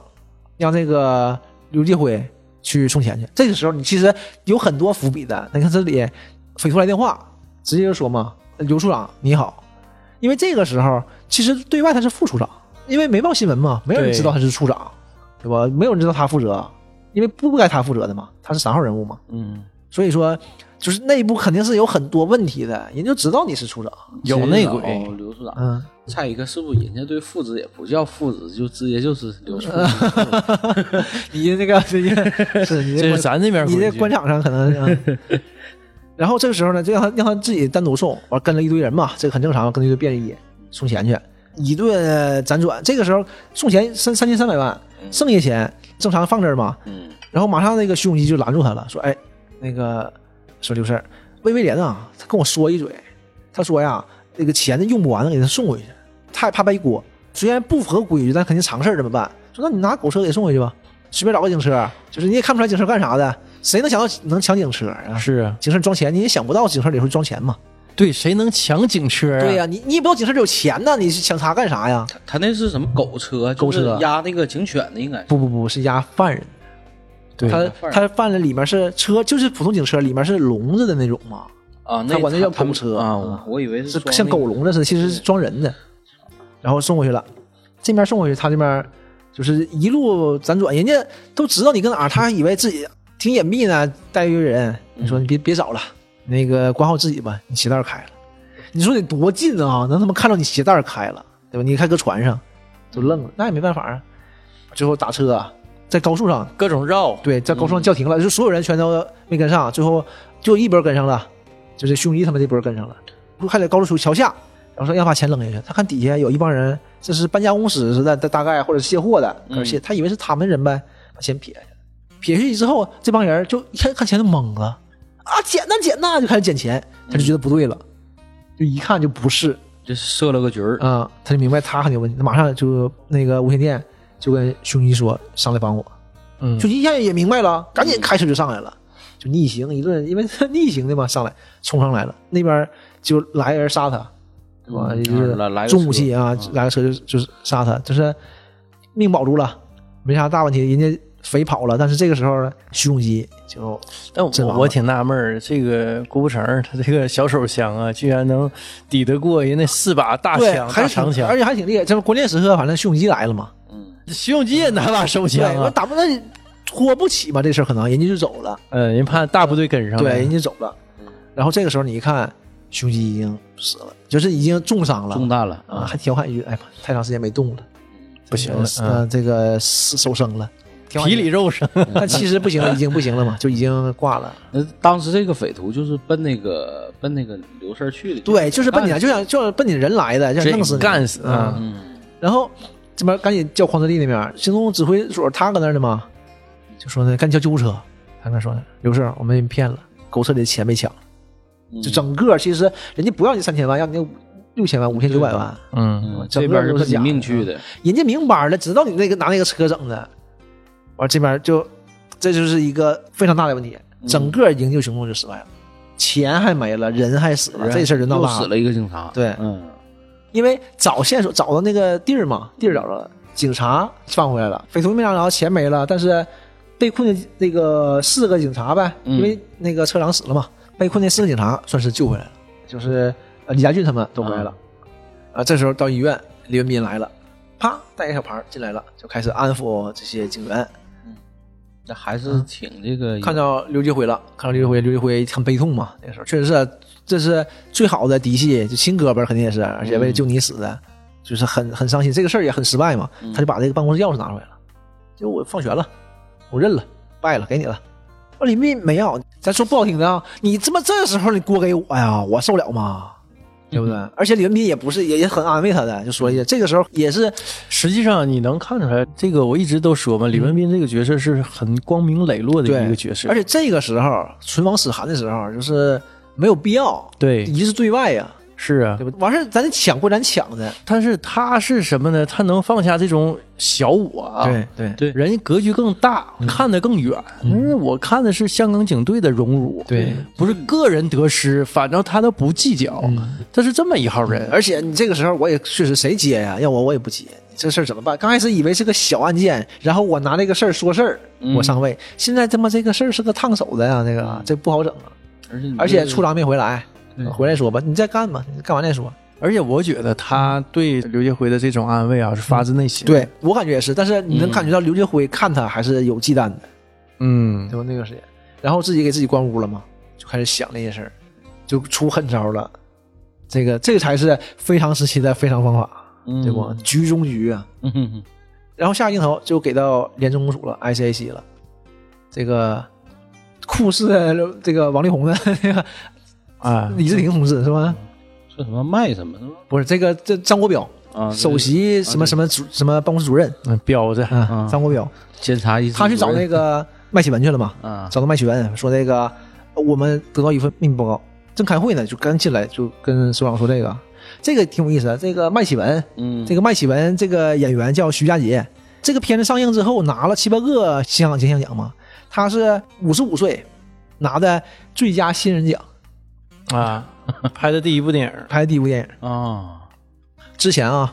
让这个刘继辉去送钱去。这个时候你其实有很多伏笔的。你看这里，匪徒来电话，直接就说嘛，刘处长你好。因为这个时候其实对外他是副处长，因为没报新闻嘛，没有人对知道他是处长，对吧？没有人知道他负责，因为不该他负责的嘛，他是三号人物嘛。嗯，所以说，就是内部肯定是有很多问题的，人就知道你是处长。有内鬼，哦刘处长，嗯，再一个是不是人家对父子也不叫父子，就直接就是刘 *laughs* 处长？你那个，你这 *laughs* 是你这官是咱这边你规这矩官场上可能。嗯然后这个时候呢，就让他让他自己单独送，完跟了一堆人嘛，这个很正常，跟着一堆便衣送钱去，一顿辗转。这个时候送钱三三千三百万，剩下钱正常放这儿嘛。嗯然后马上那个徐永基就拦住他了，说：“哎，那个说刘四，魏威廉啊，他跟我说一嘴，他说呀，那个钱用不完的给他送回去，他也怕背锅。虽然不合规矩，但肯定常事儿怎么办？说那你拿狗车给送回去吧，随便找个警车，就是你也看不出来警车干啥的，谁能想到能抢警车啊？是啊，警车装钱，你也想不到警车里会装钱嘛？对，谁能抢警车啊？对呀、你你也不知道警车里有钱呢，你是抢它干啥呀？他他那是什么狗车？啊狗车啊就是压那个警犬的，应该是不不不是押犯人，对他犯人他犯了里面是车，就是普通警车，里面是笼子的那种嘛。啊，他管那叫他们狗车啊，嗯我我以为是是装像那个狗笼子似的，其实是装人的，然后送过去了。这面送过去，他这边就是一路辗转，人家都知道你跟哪儿，他还以为自己挺隐蔽呢，带一堆人。你嗯说你别别找了，那个管好自己吧，你鞋带儿开了。你说得多近啊，能他妈看到你鞋带儿开了，对吧？你还搁船上，都愣了，那也没办法啊。最后打车啊在高速上各种绕，对，在高速上叫停了，就所有人全都没跟上，最后就一波跟上了，就是兄弟他们这波跟上了，还在高速桥下，然后说要把钱扔下去，他看底下有一帮人，这是搬家公司似的，大大概或者是卸货的，可是卸，他以为是他们人呗，把钱撇下去，撇下去之后，这帮人就一看看钱就懵了，啊，捡呐捡呐，就开始捡钱，他就觉得不对了，就一看就不是就设了个局儿，啊、他就明白他很有问题，他马上就那个无线电就跟兄弟说上来帮我，嗯兄弟一下也明白了，赶紧开车就上来了，就逆行一顿，因为他逆行的嘛，上来冲上来了，那边就来人杀他，对吧？嗯也就来来是个重武器啊车，来个车就就是杀他，就是命保住了，没啥大问题，人家匪跑了，但是这个时候呢，徐永基就但阵我亡我了挺纳闷儿，这个郭富城儿他这个小手枪啊，居然能抵得过人那四把大对，枪、还大是长挺枪而，且还挺厉害，这关键时刻，反正徐永基来了嘛，嗯徐永基也拿把手枪对，我啊，打不那拖不起嘛，这事儿可能人家就走了。嗯，人怕大部队跟上，对，人，家走了。然后这个时候你一看，胸肌已经死了，就是已经重伤了，中弹了啊，还调侃一句：“哎呀妈，太长时间没动了，不行呃了，嗯呃，这个手手生了，调侃一皮句里。肉伤，但其实不行了，已经不行了嘛，就已经挂了。那当时这个匪徒就是奔那个奔那个刘四儿去的， *laughs* 对，就是奔你啊来，就想就想奔你人来的，就想弄死你，干死啊！啊！嗯然后这边赶紧叫匡德利那边行动指挥所，他搁那儿呢嘛，就说呢，赶紧叫救护车。他们说呢，刘胜，我们给你骗了，狗彻里的钱被抢了，就整个其实人家不要你三千万，要你六千万、五千九百万，嗯，嗯，整个这边是都是奔你假的命啊去的，人家明摆了，知道你那个拿那个车整的，完这边就这就是一个非常大的问题，嗯整个营救行动就失败了，钱还没了，人还死了，这事儿就闹又大死了一个警察，对嗯，因为找线索找到那个地儿嘛，地儿找着了，警察放回来了，匪徒没拿着，钱没了，但是被困的那个四个警察呗，因为那个车长死了嘛，被困那四个警察算是救回来了，就是呃李家俊他们都回来了，啊，这时候到医院，李文斌来了，啪带一个小牌儿进来了，就开始安抚这些警员，那还是挺这个嗯看到刘继辉了，看到刘继辉，刘继辉很悲痛嘛，那个时候确实是，啊这是最好的嫡系，就亲哥们儿肯定也是，啊而且为了救你死嗯的，就是很很伤心，这个事儿也很失败嘛，他就把这个办公室钥匙拿出来了，就我放权了，我认了，败了，给你了。我李密没要，咱说不好听的啊，你他妈这时候你锅给我呀，我受了吗？对不对？嗯而且李文斌也不是也也很安慰他的，就说一下，这个时候也是实际上你能看出来，这个我一直都说嘛，李文斌这个角色是很光明磊落的对一个角色，而且这个时候唇亡齿寒的时候，就是没有必要，对一是对外呀、是啊，对吧？完事儿咱得抢归咱抢的，但是他是什么呢？他能放下这种小我啊，对对人家格局更大，看得更远。但是我看的是香港警队的荣辱，对，不是个人得失，反正他都不计较，他是这么一号人。而且你这个时候我也确实谁接呀、要我我也不接，这事儿怎么办？刚开始以为是个小案件，然后我拿这个事儿说事儿，我上位。现在他妈这个事儿是个烫手的呀、这个、这不好整啊！而且你而这且个处长没回来，回来说吧，你再干吧，你干完再说。而且我觉得他对刘杰辉的这种安慰啊，是发自内心。，对我感觉也是，但是你能感觉到刘杰辉看他还是有忌惮的，嗯对，吧？那段时间，然后自己给自己关屋了嘛，就开始想这些事儿，就出狠招了。这个这个才是非常时期的非常方法。对不？局中局啊。嗯哼哼然后下个镜头就给到廉政公署了，ICAC 了，这个酷似的这个王力宏的 *laughs* 那个啊，李治廷同志是吧？嗯说什么卖什么是吧？不是这个这张国标，啊，首席什么什么主什么办公室主任嗯标着，啊，张国标，监察一，他去找那个麦启文去了嘛，啊，找到麦启文说这个呃我们得到一份秘密报告，正开会呢，就刚进来就跟首长说这个，这个挺有意思的，这个麦启文嗯，这个麦启文这个演员叫徐佳杰，这个片子上映之后拿了七八个香港金像奖嘛，他是五十五岁拿的最佳新人奖，啊，拍的第一部电影，拍的第一部电影。啊，之前啊，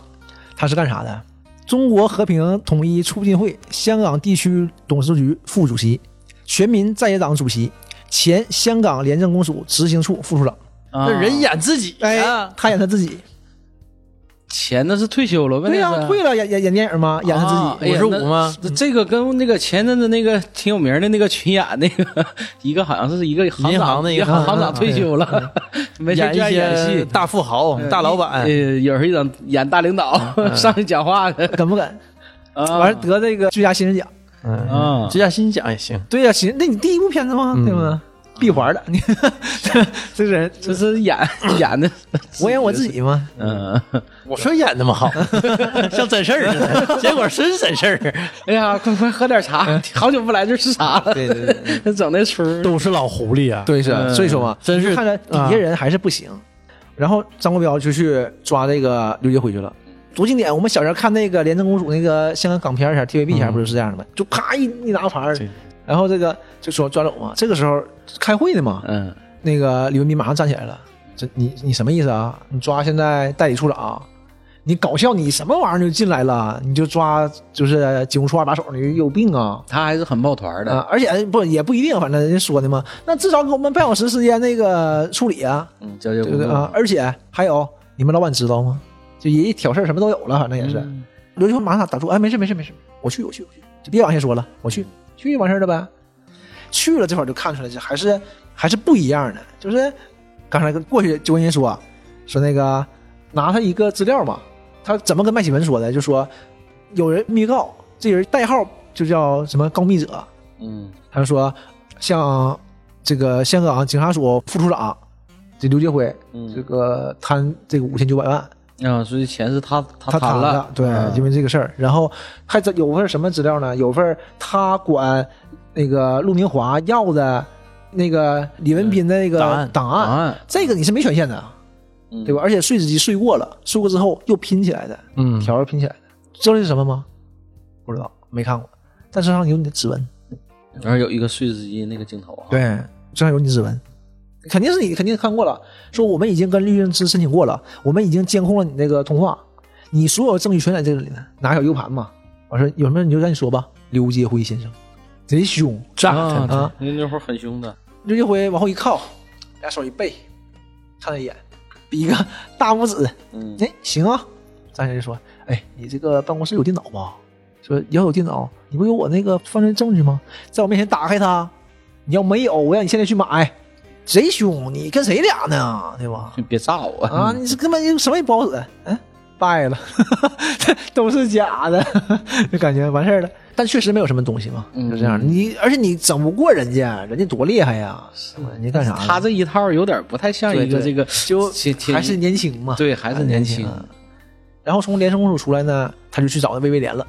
他是干啥的？中国和平统一促进会香港地区董事局副主席，全民在野党主席，前香港廉政公署执行处副处长。那那人演自己哎啊，，他演他自己。钱那是退休了呗？对呀、那是退了演演演电影嘛，演他自己。啊哎五呀十五吗？那这个跟那个前阵子那个挺有名的那个群演那个 *laughs* 一个好像是一个行长银行的一一个嗯个行行长退休了， *laughs* 没事演就爱一演些哎戏，大富豪、大老板呃，，有时候一整演大领嗯导上去讲话 *laughs* 的敢不敢？啊，完、得这个最佳新人奖。嗯，啊这，下新奖也行。对呀、行，那你第一部片子吗？对不对？闭环的，你这这人，这 *laughs* 是演演的，我演我自己嘛。嗯，我说演那么好，像真事儿似的，结果真真事儿，哎呀，快快喝点嗯茶，好久不来这儿吃茶 *laughs* 了，对对对，整那出儿都是老狐狸啊。对是，所以说嘛，真是看着底下人还是不行。然后张国标就去抓这个刘杰回去了。多经典！我们小时候看那个《廉政公署》那个香港港片儿前 TVB 前不就是这样的吗？就咔一一拿牌儿对，然后这个就说抓走嘛。这个时候开会呢嘛，嗯，那个李文斌马上站起来了，这你你什么意思啊？你抓现在代理处长，你搞笑你什么玩意儿就进来了？你就抓就是警务处二把手，你有病啊！他还是很抱团的。啊，而且不也不一定，反正人家说的嘛，那至少给我们半小时时间那个处理啊，嗯，交接对工不对作啊？而且还有，你们老板知道吗？就爷爷挑事儿什么都有了，反正也啊是。刘军马上打住，哎，没事没事没事，我去我去我去，就别往下说了，我去去就完事儿了呗。去了这会儿就看出来，这还是还是不一样的，就是刚才跟过去就跟人说说那个拿他一个资料嘛，他怎么跟麦启文说的？就说有人密告，这人代号就叫什么告密者，嗯，他就说向这个香港警察署副处长这刘杰辉，嗯这个贪这个五千九百万，啊，所以钱是他他他贪了，了，对，因为这个事儿，然后还这有份什么资料呢？有份他管那个陆明华要的那个李文斌的那个档案档档啊案这个你是没权限的，嗯对吧？而且税制机税过了，税过之后又拼起来的，嗯，条儿拼起来的，知道这是什么吗？不知道，没看过，但身上有你的指纹，然后有一个碎纸机那个镜头啊，对，身上有你指纹。肯定是你肯定看过了，说我们已经跟律政司申请过了，我们已经监控了你那个通话，你所有证据全在这里呢，拿小 U 盘嘛。我说有什么你就让你说吧，刘杰辉先生，贼凶炸啊他！啊！那那会儿很凶的，刘杰辉往后一靠，俩手一背，看他一眼，比一个大拇指，嗯哎，行啊。张先生说，哎，你这个办公室有电脑吗？说要有电脑，你不有我那个犯罪证据吗？在我面前打开它，你要没有，我让你现在去买。贼凶，你跟谁俩呢？对吧？就别炸我嗯啊，你这根本就什么也不好使，嗯，败了， *laughs* 都是假的，就感觉完事儿了。但确实没有什么东西嘛，嗯就这样。你而且你整不过人家，人家多厉害呀，人家干啥呢？他这一套有点不太像一个对对这个，就天天还是年轻嘛，对还是年年轻，然后从廉政公署出来呢，他就去找那魏威廉了，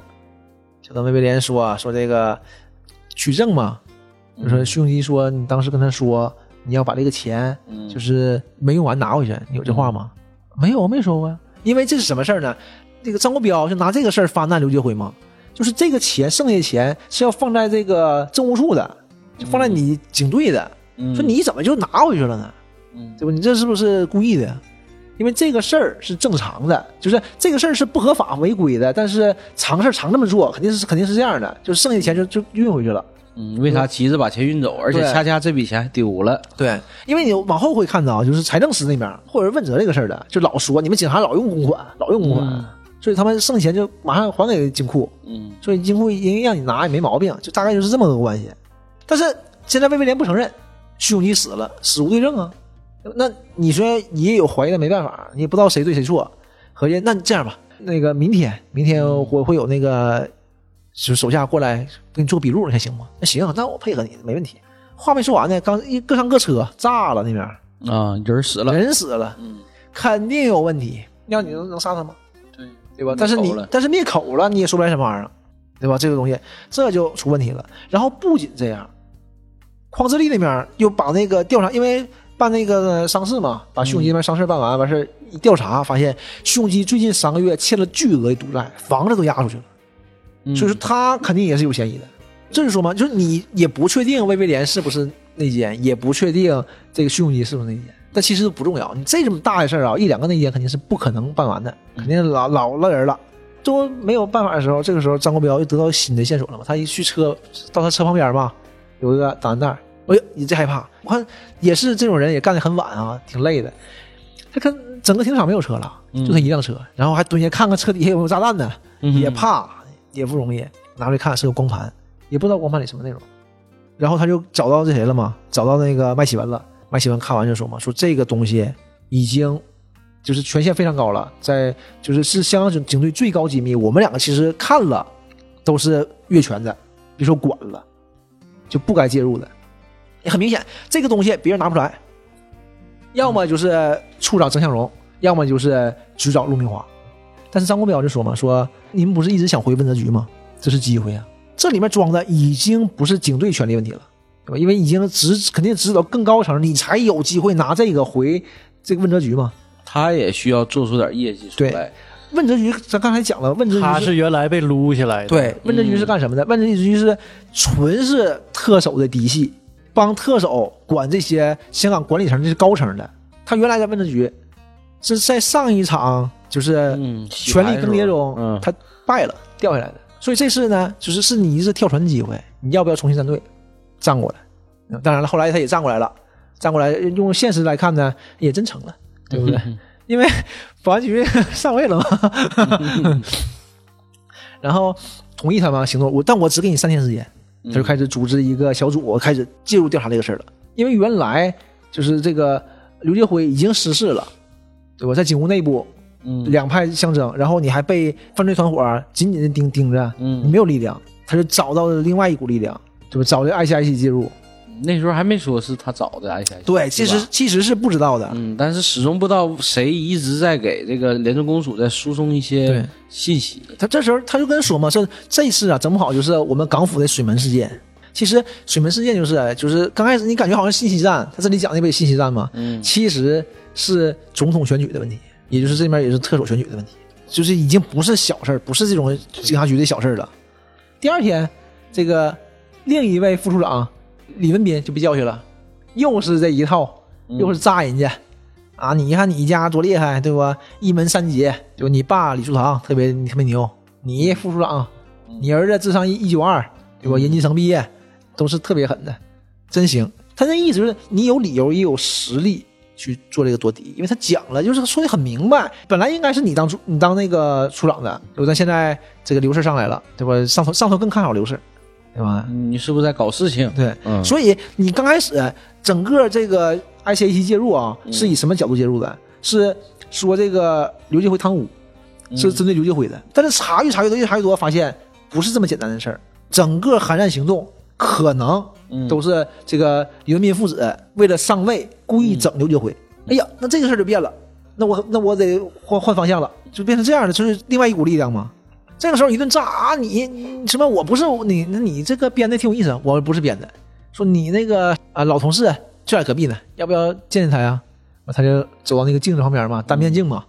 就跟魏威廉说啊说这个取证嘛，就说徐永基说你当时跟他说你要把这个钱就是没用完拿回去，你有这话吗？嗯没有，没啊说过呀。因为这是什么事儿呢？那个张国标就拿这个事儿发难刘杰辉嘛，就是这个钱剩下的钱是要放在这个政务处的，就放在你警队的，嗯说你怎么就拿回去了呢？对吧？你这是不是故意的？因为这个事儿是正常的，就是这个事儿是不合法违规的，但是常事儿常这么做，肯定是肯定是这样的，就是剩下的钱就就运回去了。嗯，为啥急着把钱运走，而且对恰恰这笔钱还丢了，对，因为你往后会看到，就是财政司那边或者问责这个事儿的，就老说你们警察老用公款，老用公款，所以他们剩钱就马上还给金库，嗯，所以金库人家让你拿也没毛病，就大概就是这么个关系。但是现在魏威廉不承认，徐永基死了，死无对证啊。那你说也有怀疑的，没办法，你也不知道谁对谁错。合计那这样吧，那个明天明天我会有那个就是手下过来给你做笔录，你看行吗？那行，啊那我配合你，没问题。话没说完呢，刚一各上各车，炸了那边啊，人死了，人死了，嗯，肯定有问题。要你能能杀他吗？对对吧？但是你灭口了但是灭口了，你也说不来什么玩意儿，对吧？这个东西这就出问题了。然后不仅这样，匡自力那边又把那个调查，因为办那个丧事嘛，把徐嗯永基那边丧事办完，完事儿一调查发现，徐永基最近三个月欠了巨额的赌债，房子都押出去了，嗯所以说他肯定也是有嫌疑的。这就说嘛，就是你也不确定魏威廉是不是内奸，也不确定这个徐永基是不是内奸，但其实都不重要。你这么大的事儿啊，一两个内奸肯定是不可能办完的，肯定老老了人了。都没有办法的时候，这个时候张国标又得到新的线索了嘛？他一去车到他车旁边嘛，有一个档案袋儿，哎呦，你这害怕？我看也是这种人，也干得很晚啊，挺累的。他看整个停车场没有车了，就他一辆车，然后还蹲下看看车底下有没有炸弹呢，嗯也怕，也不容易。拿出来看是个光盘，也不知道光盘里什么内容。然后他就找到这谁了嘛？找到那个麦启文了。麦启文看完就说嘛，说这个东西已经就是权限非常高了，在就是是香港警警队最高机密。我们两个其实看了，都是越权的，别说管了，就不该介入的。很哎明显，这个东西别人拿不出来，要么就是处长郑向荣，要么就是局长陆明华。但是张国标就说嘛，说你们不是一直想回问责局吗？这是机会啊！这里面装的已经不是警队权力问题了，对吧？因为已经直肯定直指到更高层，你才有机会拿这个回这个问责局嘛。他也需要做出点业绩出来。问责局，咱刚才讲了，问责他局是原来被撸下来的，嗯对，问政局是干什么的？问政局是纯是特首的嫡系，帮特首管这些香港管理层这是高层的。他原来在问政局，是在上一场就是嗯，洗权牌力是更迭吧中，嗯他败了，掉下来的。所以这次呢，就是是你一次跳船机会，你要不要重新站队，站过来？嗯当然了，后来他也站过来了，站过来用现实来看呢，也真成了，对 *laughs* 不对？因为保安局 *laughs* 上位了嘛，嗯然后同意他们行动，我但我只给你三天时间，他就开始组织一个小组，我开始介入调查这个事儿了。因为原来就是这个刘杰辉已经失势了，对吧？在警务内部，两派相争，然后你还被犯罪团伙儿紧紧的盯盯着，你没有力量，他就找到了另外一股力量，对吧？找这 ICIC 介入，嗯那时候还没说是他找的 ICIC，对，其是实吧其实是不知道的，嗯，但是始终不知道谁一直在给这个廉政公署在输送对一些信息。他这时候他就跟说嘛，这这次啊，整不好就是我们港府的水门事件。其实水门事件就是就是刚开始你感觉好像信息战，他这里讲的不也信息战吗？嗯其实是总统选举的问题，也就是这边也是特首选举的问题，就是已经不是小事儿，不是这种警察局的小事儿了。第二天，这个另一位副处长李文斌就被叫去了，又是这一套，又是炸人家。啊，你看你家多厉害，对吧？一门三杰，对吧？你爸李树堂特别特别牛，你副处长，你儿子智商一一九二，对吧？研究生毕业，都是特别狠的，真行。他那意思就是你有理由也有实力去做这个夺嫡，因为他讲了，就是说的很明白，本来应该是你当主，你当那个处长的，对吧？但现在这个刘氏上来了，对吧？上头上头更看好刘氏，对吧？你是不是在搞事情？对，嗯所以你刚开始整个这个 ICAC 介入啊，是以什么角度介入的？是说这个刘继辉贪污，是针对刘继辉的。但是查越查越多，越查越多，发现不是这么简单的事儿。整个韩战行动可能都是这个李文斌父子为了上位故意整刘继辉。哎呀，那这个事儿就变了，那我那我得换换方向了，就变成这样的，就是另外一股力量嘛。这个时候一顿炸啊！你你什么？我不是你，那你这个编的挺有意思啊，我不是编的。说你那个啊、老同事就在隔壁呢，要不要见见他呀？完他就走到那个镜子旁边嘛，单面镜嘛，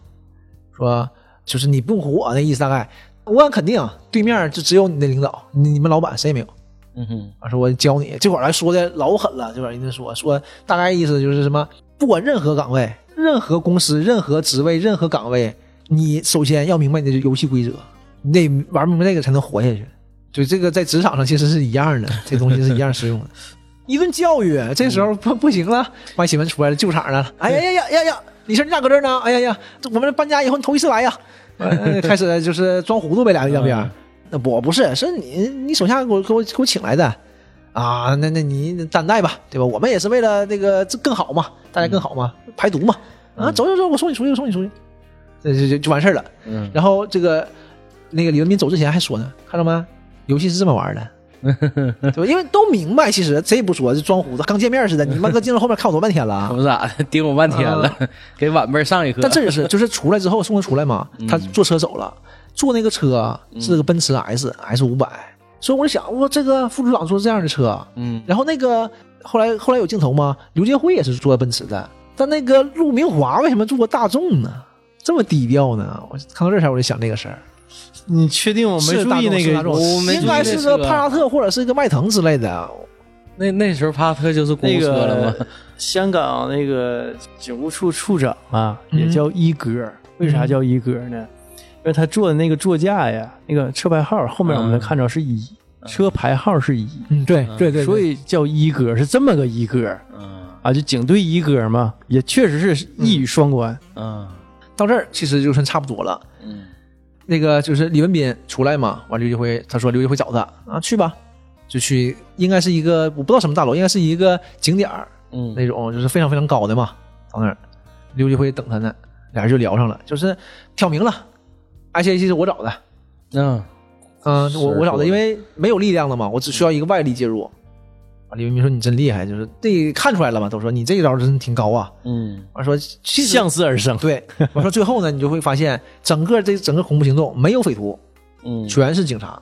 说就是你不用唬我那意思大概。我敢肯定，对面就只有你的领导，你你们老板谁也没有。嗯哼，啊，说我教你，这会儿还说的老狠了，这会儿人家说说大概意思就是什么，不管任何岗位、任何公司、任何职位、任何岗位，你首先要明白你的游戏规则，你得玩明白这个才能活下去。就这个在职场上其实是一样的，这东西是一样适用的。 *laughs* 一顿教育，这时候不不行了，外新闻出来了，救场了。哎呀呀呀呀呀！李生，你咋搁这儿呢？哎呀呀，这我们搬家以后你头一次来呀。呃开始就是装糊涂呗，俩人两边。那我不是，是你你手下给我给我给我请来的啊。那那你担待吧，对吧？我们也是为了那个这更好嘛，大家更好嘛，排毒嘛。啊，走走走，我送你出去，我送你出去，这就就就完事儿了。嗯，然后这个那个李文斌走之前还说呢，看到没？游戏是这么玩的，对吧？因为都明白，其实谁也不说，就装糊涂，刚见面似的。你们搁镜子后面看我多半天了啊 *laughs* 可！不咋的，盯我半天了， *laughs* 给晚辈上一课。但这也是，就是出来之后送他出来嘛，他坐车走了，坐那个车啊是个奔驰 S S 五百，所以我就想，我这个副组长坐这样的车，啊嗯，然后那个后来后来有镜头吗？刘建辉也是坐奔驰的，但那个陆明华为什么坐大众呢？这么低调呢？我看到这儿我就想这个事儿。你确定我没是注大意众那是大个众我没应该注意是那个车帕萨特或者是个迈腾之类的。啊那那时候帕萨特就是公那务车了吗？个香港那个警务处处长啊，嗯也叫一哥。为啥叫一哥呢？因为他坐的那个座驾呀，那个车牌号后面我们能看着是一，车牌号是一，嗯，对对对所以叫一哥是这么个一哥嗯啊，就警队一哥嘛，也确实是一语双关。嗯到这儿其实就算差不多了。嗯那个就是李文斌出来嘛，完刘继辉他说刘继辉找他啊，去吧，就去，应该是一个我不知道什么大楼，应该是一个景点儿嗯那种，就是非常非常高的嘛。到那儿，刘继辉等他呢，俩人就聊上了，就是挑明了，ICAC 是我找的，嗯，嗯，是我我找是的，因为没有力量了嘛，我只需要一个外力介入。啊李文斌说你真厉害，就是这看出来了嘛，都说你这一招真挺高啊。嗯我说其实向思而生， *laughs* 对，我说最后呢，你就会发现整个这整个恐怖行动没有匪徒，嗯，全是警察，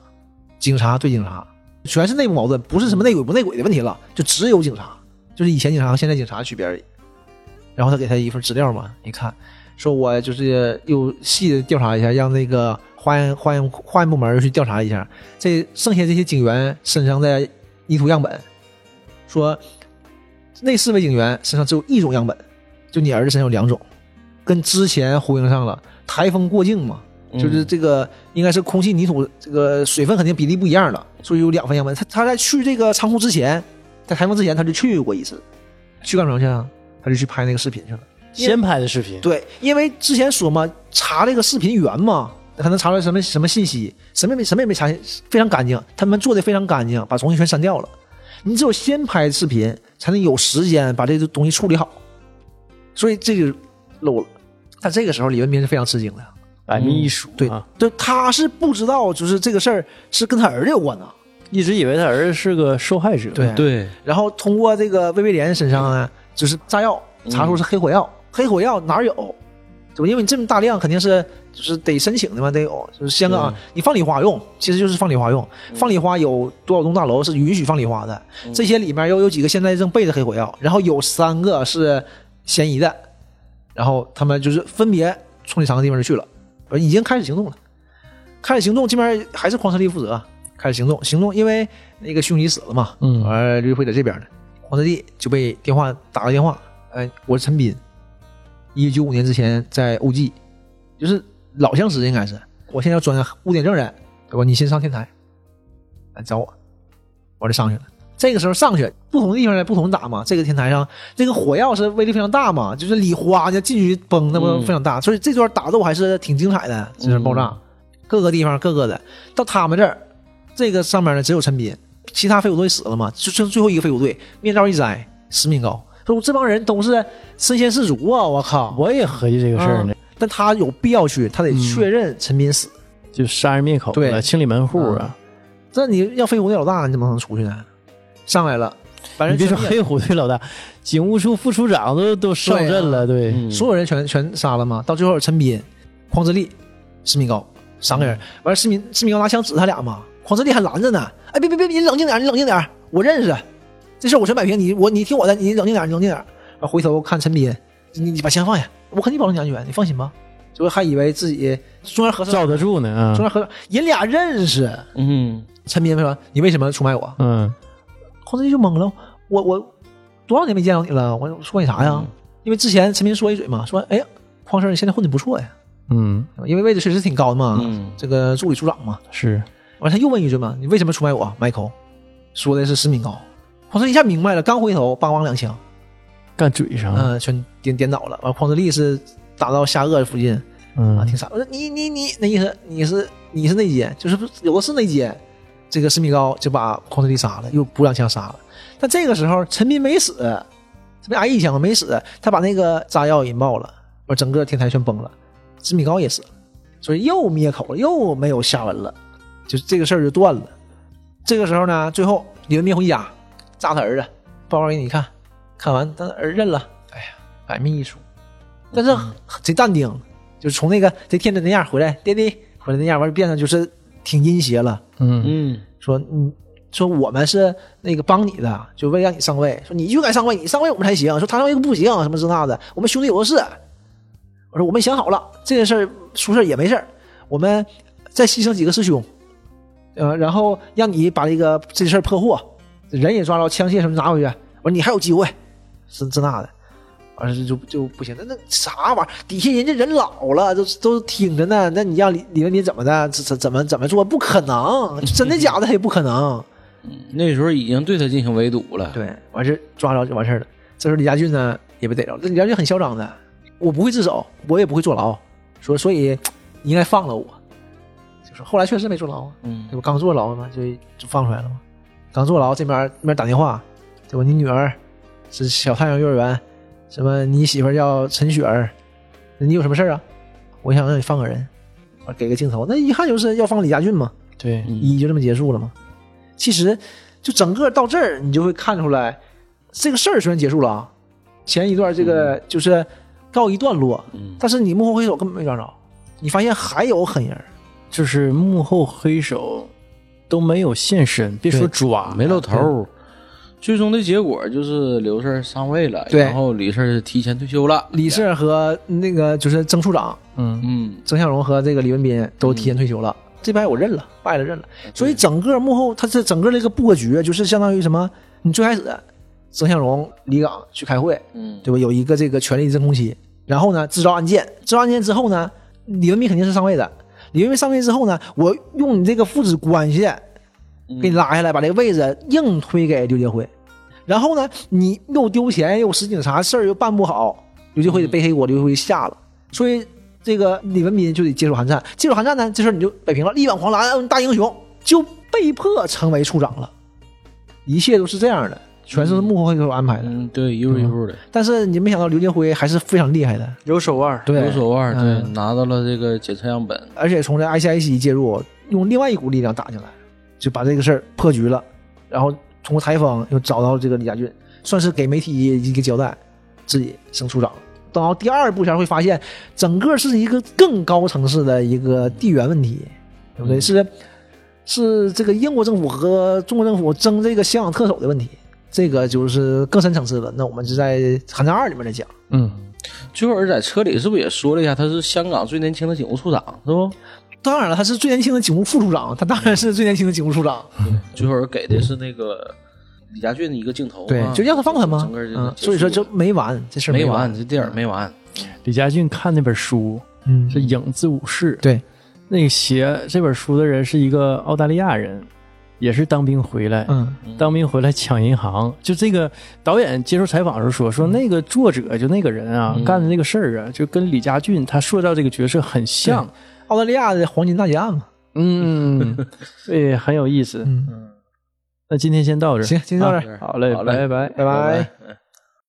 警察对警察，全是内部矛盾，不是什么内鬼不内鬼的问题了，就只有警察，就是以前警察和现在警察的区别而已。然后他给他一份资料嘛，一看，说我就是又细的调查一下，让那个化验化验化验部门去调查一下这剩下这些警员身上的泥土样本，说那四位警员身上只有一种样本，就你儿子身上有两种，跟之前呼应上了。台风过境嘛，就是这个应该是空气、泥土这个水分肯定比例不一样了，所以有两份样本。他他在去这个仓库之前，在台风之前他就去过一次，去干什么去啊？他就去拍那个视频去了。先拍的视频，对，因为之前说嘛，查这个视频源嘛，他能查出来什么什么信息，什么也没什么也没查，非常干净，他们做的非常干净，把东西全删掉了。你只有先拍视频，才能有时间把这个东西处理好，所以这就漏了。但这个时候，李文斌是非常吃惊的，百密一疏，对啊，对，他是不知道，就是这个事儿是跟他儿子有关的。一直以为他儿子是个受害者，对对，然后通过这个魏威廉身上呢，就是炸药查出是黑火药，黑火药哪有？对吧？因为你这么大量，肯定是就是得申请的嘛，得有。就是香港啊，你放礼花用，其实就是放礼花用。放礼花有多少栋大楼是允许放礼花的？这些里面又有几个现在正备着黑火药，然后有三个是嫌疑的，然后他们就是分别冲这三个地方就去了，而已经开始行动了。开始行动，这边还是匡特利负责。开始行动，行动，因为那个凶吉死了嘛，嗯完了吕慧在这边呢，匡特利就被电话打个电话，哎，我是陈斌，一九九五年之前在 OG，就是老相识应该是，我现在要转污点证人，对吧？你先上天台，来找我，我就上去了。这个时候上去，不同的地方在不同打嘛。这个天台上，这个火药是威力非常大嘛，就是礼花呢进去崩，那不非常大。所以这段打斗还是挺精彩的，这是爆炸，各个地方各个的。到他们这儿，这个上面呢只有陈斌，其他飞虎队死了嘛，就剩最后一个飞虎队，面罩一摘，十米高。说我这帮人都是身先士卒啊！我靠，我也合计这个事儿呢，但他有必要去，他得确认陈斌死。就杀人灭口了，对嗯清理门户啊。这你要飞虎队老大，你怎么能出去呢？上来了，反你别正说全黑虎队老大，警务处副处长都啊都上阵了，对，嗯所有人全全杀了嘛。到最后，陈斌、匡自立、施米高三个人，完了施米施米高拿枪指他俩嘛，匡自立还拦着呢。哎，别别别，你冷静点，你冷静点，我认识这事儿，我全摆平，你我你听我的，你冷静点，你冷静点。完回头看陈斌，你你把枪放下，我肯定保证你安全，你放心吧。就是还以为自己中间合作，罩得住呢啊中。间合作，人俩认识。嗯，陈斌说：“你为什么出卖我嗯，？”匡自立就懵了，我我多少年没见到你了，我说你啥呀？因为之前陈斌说一嘴嘛，说：“哎呀，匡生你现在混的不错呀。”嗯，因为位置确实挺高的嘛，嗯这个助理处长嘛。是完他又问一句嘛，你为什么出卖我，Michael？说的是石敏高，匡正一下明白了，刚回头，梆梆两枪，干嘴上嗯、了，全颠颠倒了。完，匡正利是打到下颚附近啊，嗯挺，傻。我说你你你，那意思你是你是内奸，就是不是有的是内奸。这个石敏高就把匡正利杀了，又补两枪杀了。但这个时候陈斌没死，陈斌挨一枪没死，他把那个炸药引爆了，完整个天台全崩了，石敏高也死了。所以又灭口了，又没有下文了，就这个事儿就断了。这个时候呢，最后李文斌回家，炸他儿子，报告给你看，看完他儿认了，哎呀，百密一疏，但是贼淡定，就是从那个贼天真那样回来，爹地回来那样，完变得就是挺阴邪了，嗯，嗯，说嗯。说我们是那个帮你的，就为了让你上位。说你就该上位，你上位我们才行。说他上位不行，什么这那的，我们兄弟有的是。我说我们想好了，这件事儿出事儿也没事儿，我们再牺牲几个师兄，呃，然后让你把这个这事儿破获，人也抓着，枪械什么拿回去。我说你还有机会，是这那的，完事就就不行。那那啥玩意儿，底下人家人老了，都都挺着呢。那你让李李文斌怎么的？怎怎怎么怎么做？不可能，真的假的他也不可能。那时候已经对他进行围堵了，对，完事儿抓着就完事儿了。这时候李家俊呢也被逮着了，这李家俊很嚣张的，我不会自首，我也不会坐牢，说所以你应该放了我。就是后来确实没坐牢啊，嗯这不刚坐牢嘛，就就放出来了嘛。刚坐牢这边儿那边打电话，对吧？你女儿是小太阳幼儿园，什么你媳妇儿叫陈雪儿，你有什么事儿啊？我想让你放个人，我给个镜头，那一看就是要放李家俊嘛。对，一就这么结束了吗？其实，就整个到这儿，你就会看出来，这个事儿虽然结束了啊，前一段这个就是告一段落，但是你幕后黑手根本没抓着，你发现还有狠人儿，就是幕后黑手都没有现身，别说抓，没露头儿，最终的结果就是刘氏儿上位了，对然后李氏儿提前退休了。李四和那个就是曾处长嗯，嗯，曾向荣和这个李文斌都提前退休了，嗯这边我认了，败了认了。所以整个幕后，他这整个这个布局就是相当于什么？你最开始曾向荣离岗去开会，嗯，对吧？有一个这个权力真空期，然后呢制造案件，制造案件之后呢，李文斌肯定是上位的。李文斌上位之后呢，我用你这个父子关系给你拉下来，把这个位置硬推给刘杰辉。然后呢，你又丢钱又使警察，事儿又办不好，刘杰辉得背黑锅，刘杰辉下了。所以这个李文斌就得接受韩战，接受韩战呢，这事儿你就摆平了，力挽狂澜，嗯大英雄就被迫成为处长了。一切都是这样的，全是幕后黑手安排的。嗯，对，一步一步的，但是你没想到刘金辉还是非常厉害的，有手腕儿，对有所腕，对嗯，拿到了这个检测样本。而且从这 ICIC 介入，用另外一股力量打进来，就把这个事儿破局了。然后通过采访又找到这个李家俊，算是给媒体一个交代，自己升处长。等到第二步前会发现，整个是一个更高层次的一个地缘问题，对不对？是是这个英国政府和中国政府争这个香港特首的问题，这个就是更深层次的。那我们就在《寒战二》里面再讲。嗯，最后儿在车里是不是也说了一下，他是香港最年轻的警务处长，是不？当然了，他是最年轻的警务副处长，他当然是最年轻的警务处长。最后儿给的是那个李家俊的一个镜头啊，对，就让他放他吗整个？这个嗯，所以说结束就没完，这事儿没完完，。这电影没完。李佳俊看那本书嗯，是《影子武士》，对，那个写这本书的人是一个澳大利亚人，也是当兵回来，嗯，当兵回来抢银行，就这个导演接受采访的时候说，说嗯那个作者就那个人啊，干的那个事儿啊，就跟李佳俊他塑造这个角色很像，澳大利亚的黄金大劫案嘛。嗯， *laughs* 对，很有意思。嗯，那今天先到这儿，行，今天到这儿，好嘞，好嘞拜拜。拜拜。